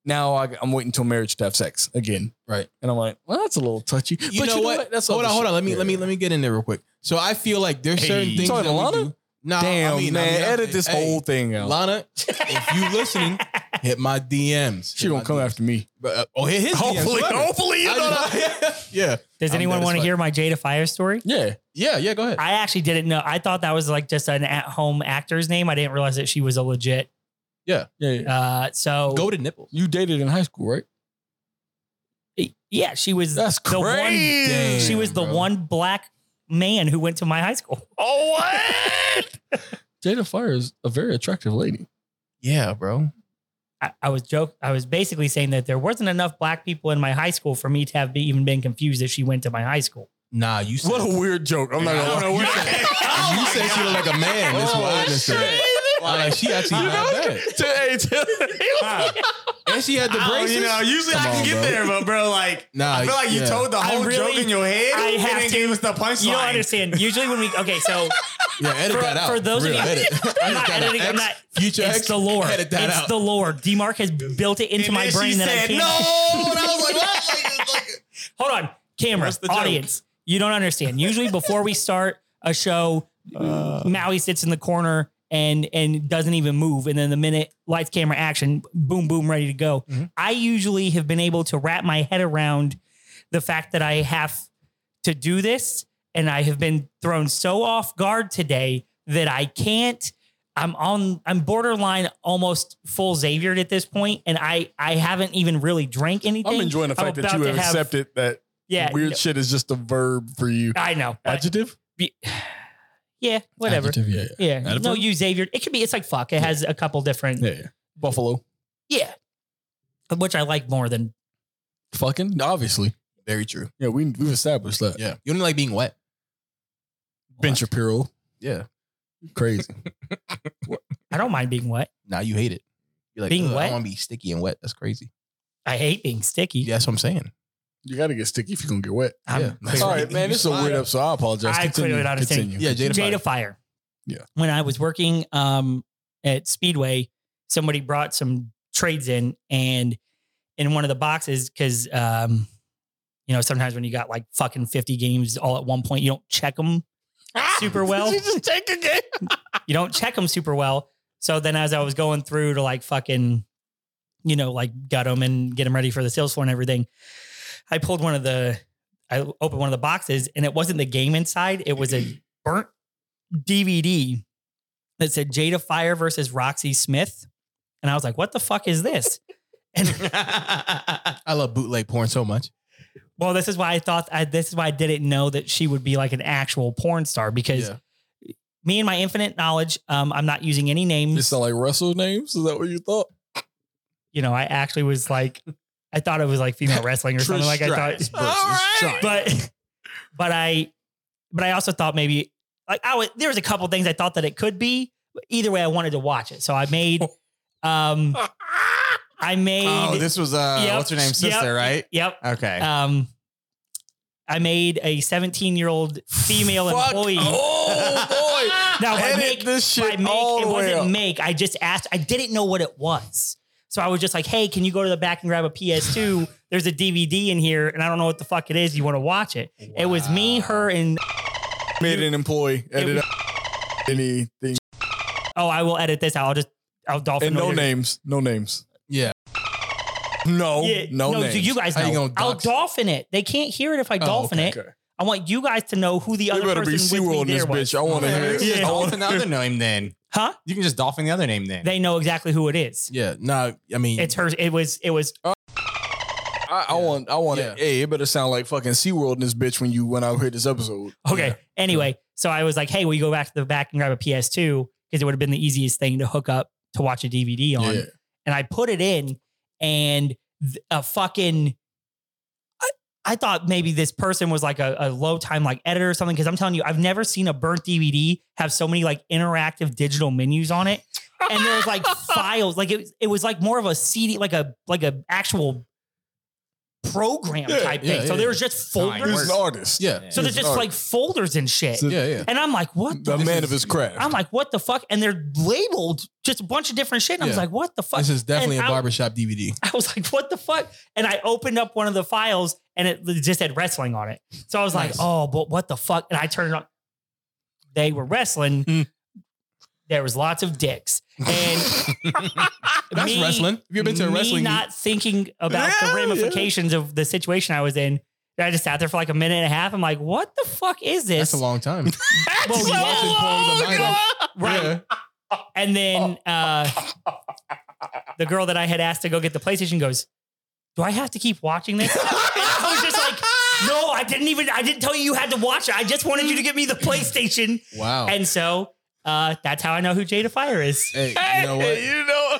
now I, I'm waiting till marriage to have sex again. Right. And I'm like, well, that's a little touchy. You, know, what? That's hold on, other hold on. Let me shit. let me let me get in there real quick. So I feel like there's Hey. certain things Sorry, that we Lana? do. Nah, Damn, I mean, I man, mean, I- edit this hey, whole thing [laughs] out. Lana, if you listening, hit my DMs. she gonna come after me. after. Oh, hit his Hopefully, DMs. whatever. hopefully you I know. just- [laughs] yeah, [laughs] Does I'm anyone dead as want to fuck. hear my Jada Fire story? Yeah, yeah, yeah. Go ahead. I actually didn't know. I thought that was like just an at-home actor's name. I didn't realize that she was a legit. yeah, yeah. Uh, so Go to nipples. You dated in high school, right? yeah, she was That's the crazy. one. She was the Damn, bro. one black man who went to my high school. Oh what? Jada Fire is a very attractive lady. Yeah, bro. [laughs] I, I was joke. I was basically saying that there wasn't enough black people in my high school for me to have be, even been confused that she went to my high [laughs] school. Nah, you. Said, What a weird joke. I'm not I don't gonna know lie. where- you said she looked like a man. That's Oh, why I just said. I'm Like she actually not bad, [laughs] Huh. and she had the Oh, braces. you know, usually I Come can on, get bro. there, but bro, like, Nah, I feel like you yeah. told the I whole really- joke in your head. I and have then to- gave us the punchline. You don't understand. Usually when we okay, so yeah, edit For- that out. for those of Real, you- edit. [laughs] I'm Edit not that out. editing. I'm X, not. Future it's X, the lore. Edit that it's out. [laughs] the lore. Demark has built it into And my then brain she that I said, can't. No, and I was like, what? Like, like, Hold on, camera, What's the joke? audience. You don't understand. Usually before we start a show, Uh. Maui sits in the corner and and doesn't even move. And then the minute lights, camera, action, boom, boom, ready to go. Mm-hmm. Mhm. I usually have been able to wrap my head around the fact that I have to do this, and I have been thrown so off guard today that I can't. I'm on. I'm borderline almost full Xavier at this point, and I I haven't even really drank anything. I'm enjoying the I'm fact that about you to have have- accepted that Yeah, weird no, shit is just a verb for you. I know. but- Adjective? Yeah, whatever. Adjective, yeah, yeah. Yeah. Adverb? No, you Xavier. It could be. It's like fuck. It has a couple different. Yeah, yeah. Buffalo. Yeah. Which I like more than Fucking, obviously. Very true. Yeah, we, we've established that. Yeah, you don't like being wet. Ben Shapiro. Yeah. Crazy. I don't mind being wet. Now you hate it. You're like Being "Ugh, wet? I want to be sticky and wet. That's crazy. I hate being sticky. Yeah, that's what I'm saying. You got to get sticky if you're going to get wet. I'm yeah. clearly- All right, man. This is a weird episode. I apologize. I Continue. clearly don't understand. Continue. Yeah, Jada. Fire. Jada Fire. Yeah. When I was working um, at Speedway, somebody brought some trades in, and in one of the boxes, because um, you know sometimes when you got like fucking fifty games all at one point, you don't check them super well. Ah! [laughs] you just check again. you don't check them super well. So then, as I was going through to like fucking, you know, like gut them and get them ready for the sales floor and everything, I pulled one of the, I opened one of the boxes, and it wasn't the game inside. It was a burnt DVD that said Jada Fire versus Roxy Smith. And I was like, what the fuck [laughs] is this? I love bootleg porn so much. Well, this is why I thought I, this is why I didn't know that she would be like an actual porn star because Yeah. me and my infinite knowledge, um, I'm not using any names. It sound like Russell names? Is that what you thought? you know, I actually was like, I thought it was like [laughs] female wrestling or something like I thought. but [laughs] but I but I also thought maybe like I was, there was a couple things I thought that it could be. But either way, I wanted to watch it, so I made [laughs] um I made oh, this was [laughs] uh, Yep. what's her name, sister, Yep. right? yep [laughs] Okay. um I made a 17 year old female employee. Oh, boy. Now by Edit make, this by shit make all it the way wasn't up. make. I just asked. I didn't know what it was. So I was just like, "Hey, can you go to the back and grab a PS2? There's a DVD in here, and I don't know what the fuck it is. You want to watch it?" It was me, her, and Made an employee. Edit was- out anything. Oh, I will edit this out. I'll just I'll dolphin And no note it. names. No names. Yeah. No. Yeah, no, names. so you guys know. How you gonna I'll dox- dolphin it. They can't hear it if I dolphin it. Oh, Okay. I want you guys to know who the It other better be person with SeaWorld me in this there was. bitch. I want to hear You it. can just Yeah. dolphin the other name then. Huh? You can just dolphin the other name then. They know exactly who it is. Yeah. Nah, I mean, It's her. It was. It was. I, I want, I want Yeah. it. Hey, it better sound like fucking SeaWorld in this bitch when you went out here this episode. Okay. Anyway, so I was like, "Hey, will you go back to the back and grab a PS2?" Because it would have been the easiest thing to hook up to watch a DVD on. Yeah. and I put it in, and th- a fucking. I- I thought maybe this person was like a, a low time like editor or something because I'm telling you I've never seen a burnt DVD have so many like interactive digital menus on it, and there [laughs] was like files like it was- it was like more of a CD like a like a actual program Yeah, type yeah, thing. so yeah. there was just not like folders. He's an artist. yeah. So there's It's just art. like folders and shit. So- Yeah, yeah. And I'm like, what the? The This man is- of his craft. I'm like, what the fuck? And they're labeled just a bunch of different shit. And I was Yeah. like, what the fuck? This is definitely And a I- barbershop DVD. [laughs] I was like, what the fuck? And I opened up one of the files and it just had wrestling on it. So I was like, Nice. Hmm. oh, but what the fuck? And I turned it on. They were wrestling. Mm. there was lots of dicks. And [laughs] That's me- wrestling. If you've been to a me wrestling, not thinking about Yeah, the ramifications of the situation I was in. I just sat there for like a minute and a half. I'm like, what the fuck is this? that's a [laughs] long time. Well, you watch it for the mind. Right. Yeah. And then Oh. uh, the girl that I had asked to go get the PlayStation goes, Do I have to keep watching [laughs] this? And I was just like, No, I didn't even, I didn't tell you you had to watch it. I just wanted you to give me the PlayStation. Wow. And so uh, that's how I know who Jada Fire is. hey, you know what? you know,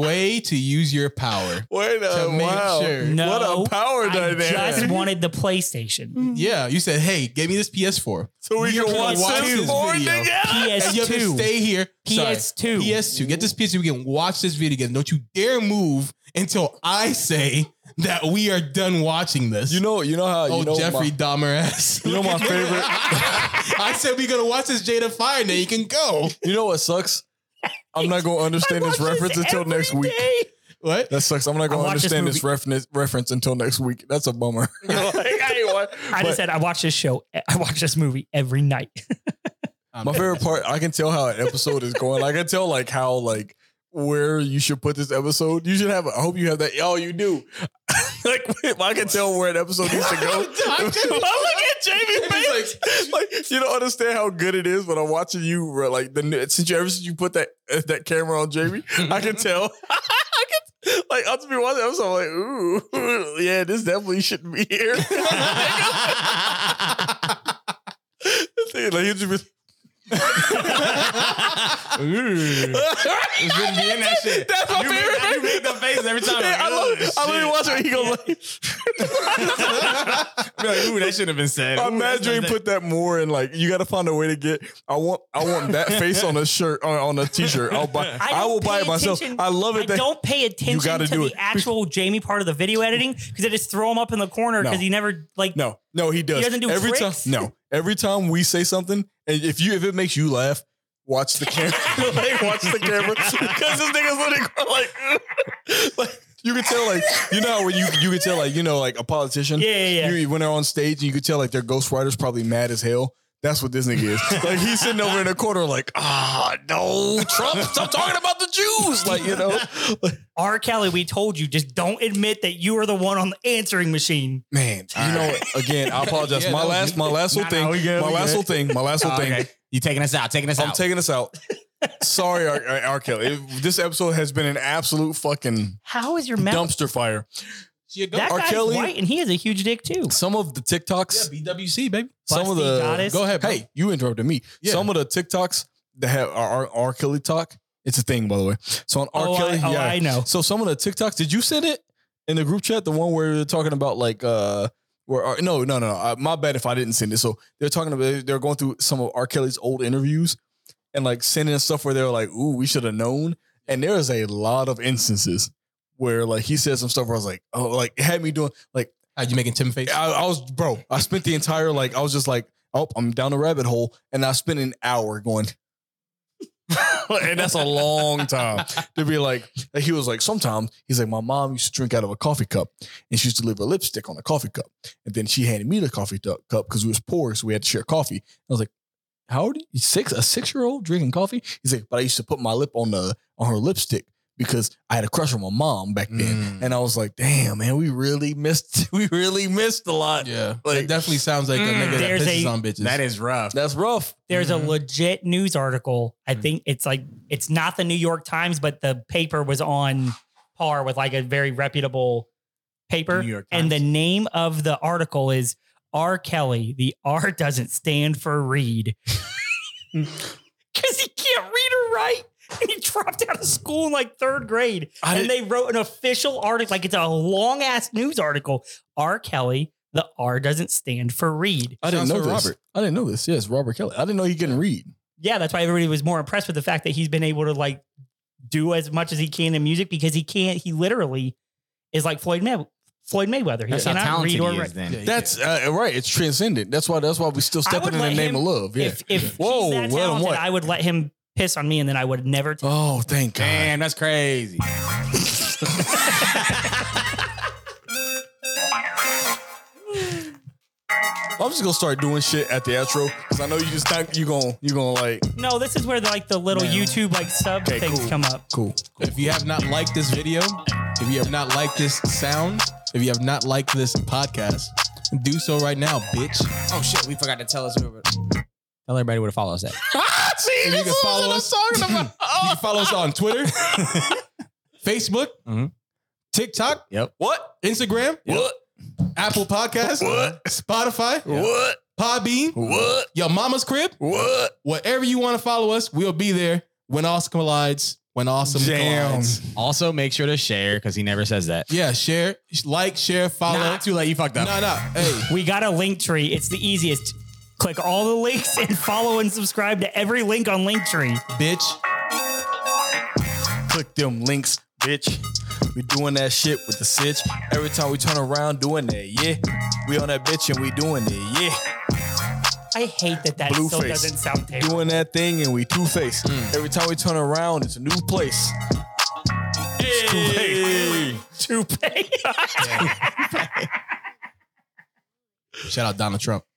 Way to use your power. wait To a make wow. sure. No, what a power I dynamic. Mm. just wanted the PlayStation. Yeah, you said, "Hey, give me this PS4." so we You're can gonna watch watch this this porn video. together. And you have to PS2. stay here. Sorry. PS2. PS2. Get this PS2. We can watch this video again. Don't you dare move until I say that we are done watching this. You know, you know how oh you know Jeffrey My, Dahmer ass. you [laughs] know my favorite. I said we're gonna watch this Jada Fire, then you can go. You know what sucks? I'm not going to understand this reference until next week. What? That sucks. I'm not going to watch this understand this, reference reference until next week. That's a bummer. [laughs] Like, I ain't wa- I but just said I watch this show. I watch this movie every night. Um, [laughs] my favorite part. I can tell how an episode is going. I can tell like how like where you should put this episode. You should have. I hope you have that. Oh, you do. [laughs] like I can tell where an episode needs to go. [laughs] I'm just- [laughs] at Jamie He's [laughs] like you don't understand how good it is when I'm watching you. where, Like the since you ever since you put that uh, that camera on Jamie, [laughs] I can tell. [laughs] I can like I'll just be watching. I'm so like, ooh, [laughs] yeah, this definitely shouldn't be [laughs] here. like, he'd just be- It shouldn't be in that shit. That's my you make, favorite that- You make the face every time. I love, Like, I literally watch it. He goes like, I love Ooh, that should have been said. I'm mad you ain't put that more in. Like, you got to find a way to get. I want, I want that face on a shirt uh, on, on a t-shirt. I'll buy. I I, don't will buy pay it myself. attention- I love it. I that, don't pay attention gotta to do the it. actual Jamie part of the video editing because I just throw him up in the corner because No. he never like. No, no, he does. doesn't do every tricks? time. No, every time we say something, and if you if it makes you laugh, watch the camera. [laughs] like, watch the camera because this nigga's literally going like, [laughs] like you can tell like you know how when you you can tell like you know like a politician. Yeah, yeah, yeah. You, when they're on stage and you could tell like their ghostwriter's probably mad as hell. That's what this nigga is. like he's sitting over in a corner like, ah, no, Trump, stop talking about the Jews. Like, you know. R. Kelly, we told you just don't admit that you are the one on the answering machine. Man, you know what? Again, I apologize. Yeah, my that was last my last little Nah, nah, thing. we good, my we last good. little thing. My [laughs] last little thing. okay. You taking us out? Taking us I'm out? taking us out. Sorry, R. R- R. Kelly. It- this episode has been an absolute fucking How is your mouth? dumpster fire. She a go- That R. guy's Kelly- white and he has a huge dick too. Some of the yeah, TikToks, BWC baby. some of Busty the goddess. Go ahead. Bro. hey, you interrupted me. Yeah. Some of the TikToks that have R. R. R. Kelly talk. It's a thing, by the way. So on R. Oh, Kelly, I, oh, yeah. I know. So some of the TikToks, did you send it in the group chat? The one where they're talking about like uh where R- no no no uh, my bad if I didn't send it. So they're talking about they're going through some of R. Kelly's old interviews and like sending us stuff where they're like, ooh, we should have known. And there is a lot of instances where like he said some stuff where I was like, oh, like it had me doing like How you making Tim face? I, I was bro, I spent the entire like I was just like, oh, I'm down a rabbit hole, and I spent an hour going. and that's a long time to be like, like, he was like, sometimes he's like, my mom used to drink out of a coffee cup and she used to leave her lipstick on a coffee cup. And then she handed me the coffee du- cup because we was poor. So we had to share coffee. I was like, how old? are you? Six, a six year old drinking coffee. He's like, but I used to put my lip on the, on her lipstick because I had a crush on my mom back then. Mm. And I was like, damn, man, we really missed, [laughs] we really missed a lot. yeah, Like- that definitely sounds like a Mm. nigga that There's pisses a- on bitches. That is rough. That's rough. There's Mhm. Mm-hmm. a legit news article. I Mm. think it's like it's not the New York Times, but the paper was on par with like a very reputable paper. New York and the Times. name of the article is R. Kelly. The R doesn't stand [laughs] for [laughs] read. Because he can't read or write. And he dropped out of school in like third grade. I and they wrote an official article, like it's a long ass news article. R. Kelly, the R doesn't stand for read. I didn't Sounds know for this. Robert. I didn't know this. Yes, Robert Kelly. I didn't know he couldn't read. yeah, that's why everybody was more impressed with the fact that he's been able to like do as much as he can in music because he can't. He literally is like Floyd May- Floyd Mayweather. He That's how cannot talented read or he write. is. Then Yeah, That's uh, right. It's transcendent. That's why. That's why we still I would stepping in the let name him- of love. Yeah. If if Whoa, he's that well, talented, what? I would let him piss on me, and then I would never. T- oh, thank God. damn, that's crazy. I'm just gonna start doing shit at the outro because I know you just not you gonna you gonna like No, this is where the, like the little YouTube like sub things cool. come up. cool. If you have not liked this video, if you have not liked this sound, if you have not liked this podcast, do so right now, bitch. Oh shit, we forgot to tell us. Tell everybody where to follow us at. And you can follow us. [laughs] you can follow us on [laughs] Twitter, Facebook, Mhm. TikTok, Yep. what? Instagram, What? Apple Podcast, What? Spotify, What? Podbean, What? your mama's crib, What? wherever you want to follow us, we'll be there. When awesome collides, when awesome Jam. collides. Also, make sure to share because he never says that. Yeah, share, like, share, follow. Nah, too late. You fucked up. No, no. Hey, We got a link tree. It's the easiest. Click all the links and follow and subscribe to every link on Linktree. bitch. Click them links, bitch. We doing that shit with the sitch. Every time we turn around, doing that, yeah. We on that bitch and we doing it, yeah. I hate that that Blueface. still doesn't sound terrible. doing that thing and we two faced. Mm. Every time we turn around, it's a new place. Toupee. [laughs] Shout out Donald Trump.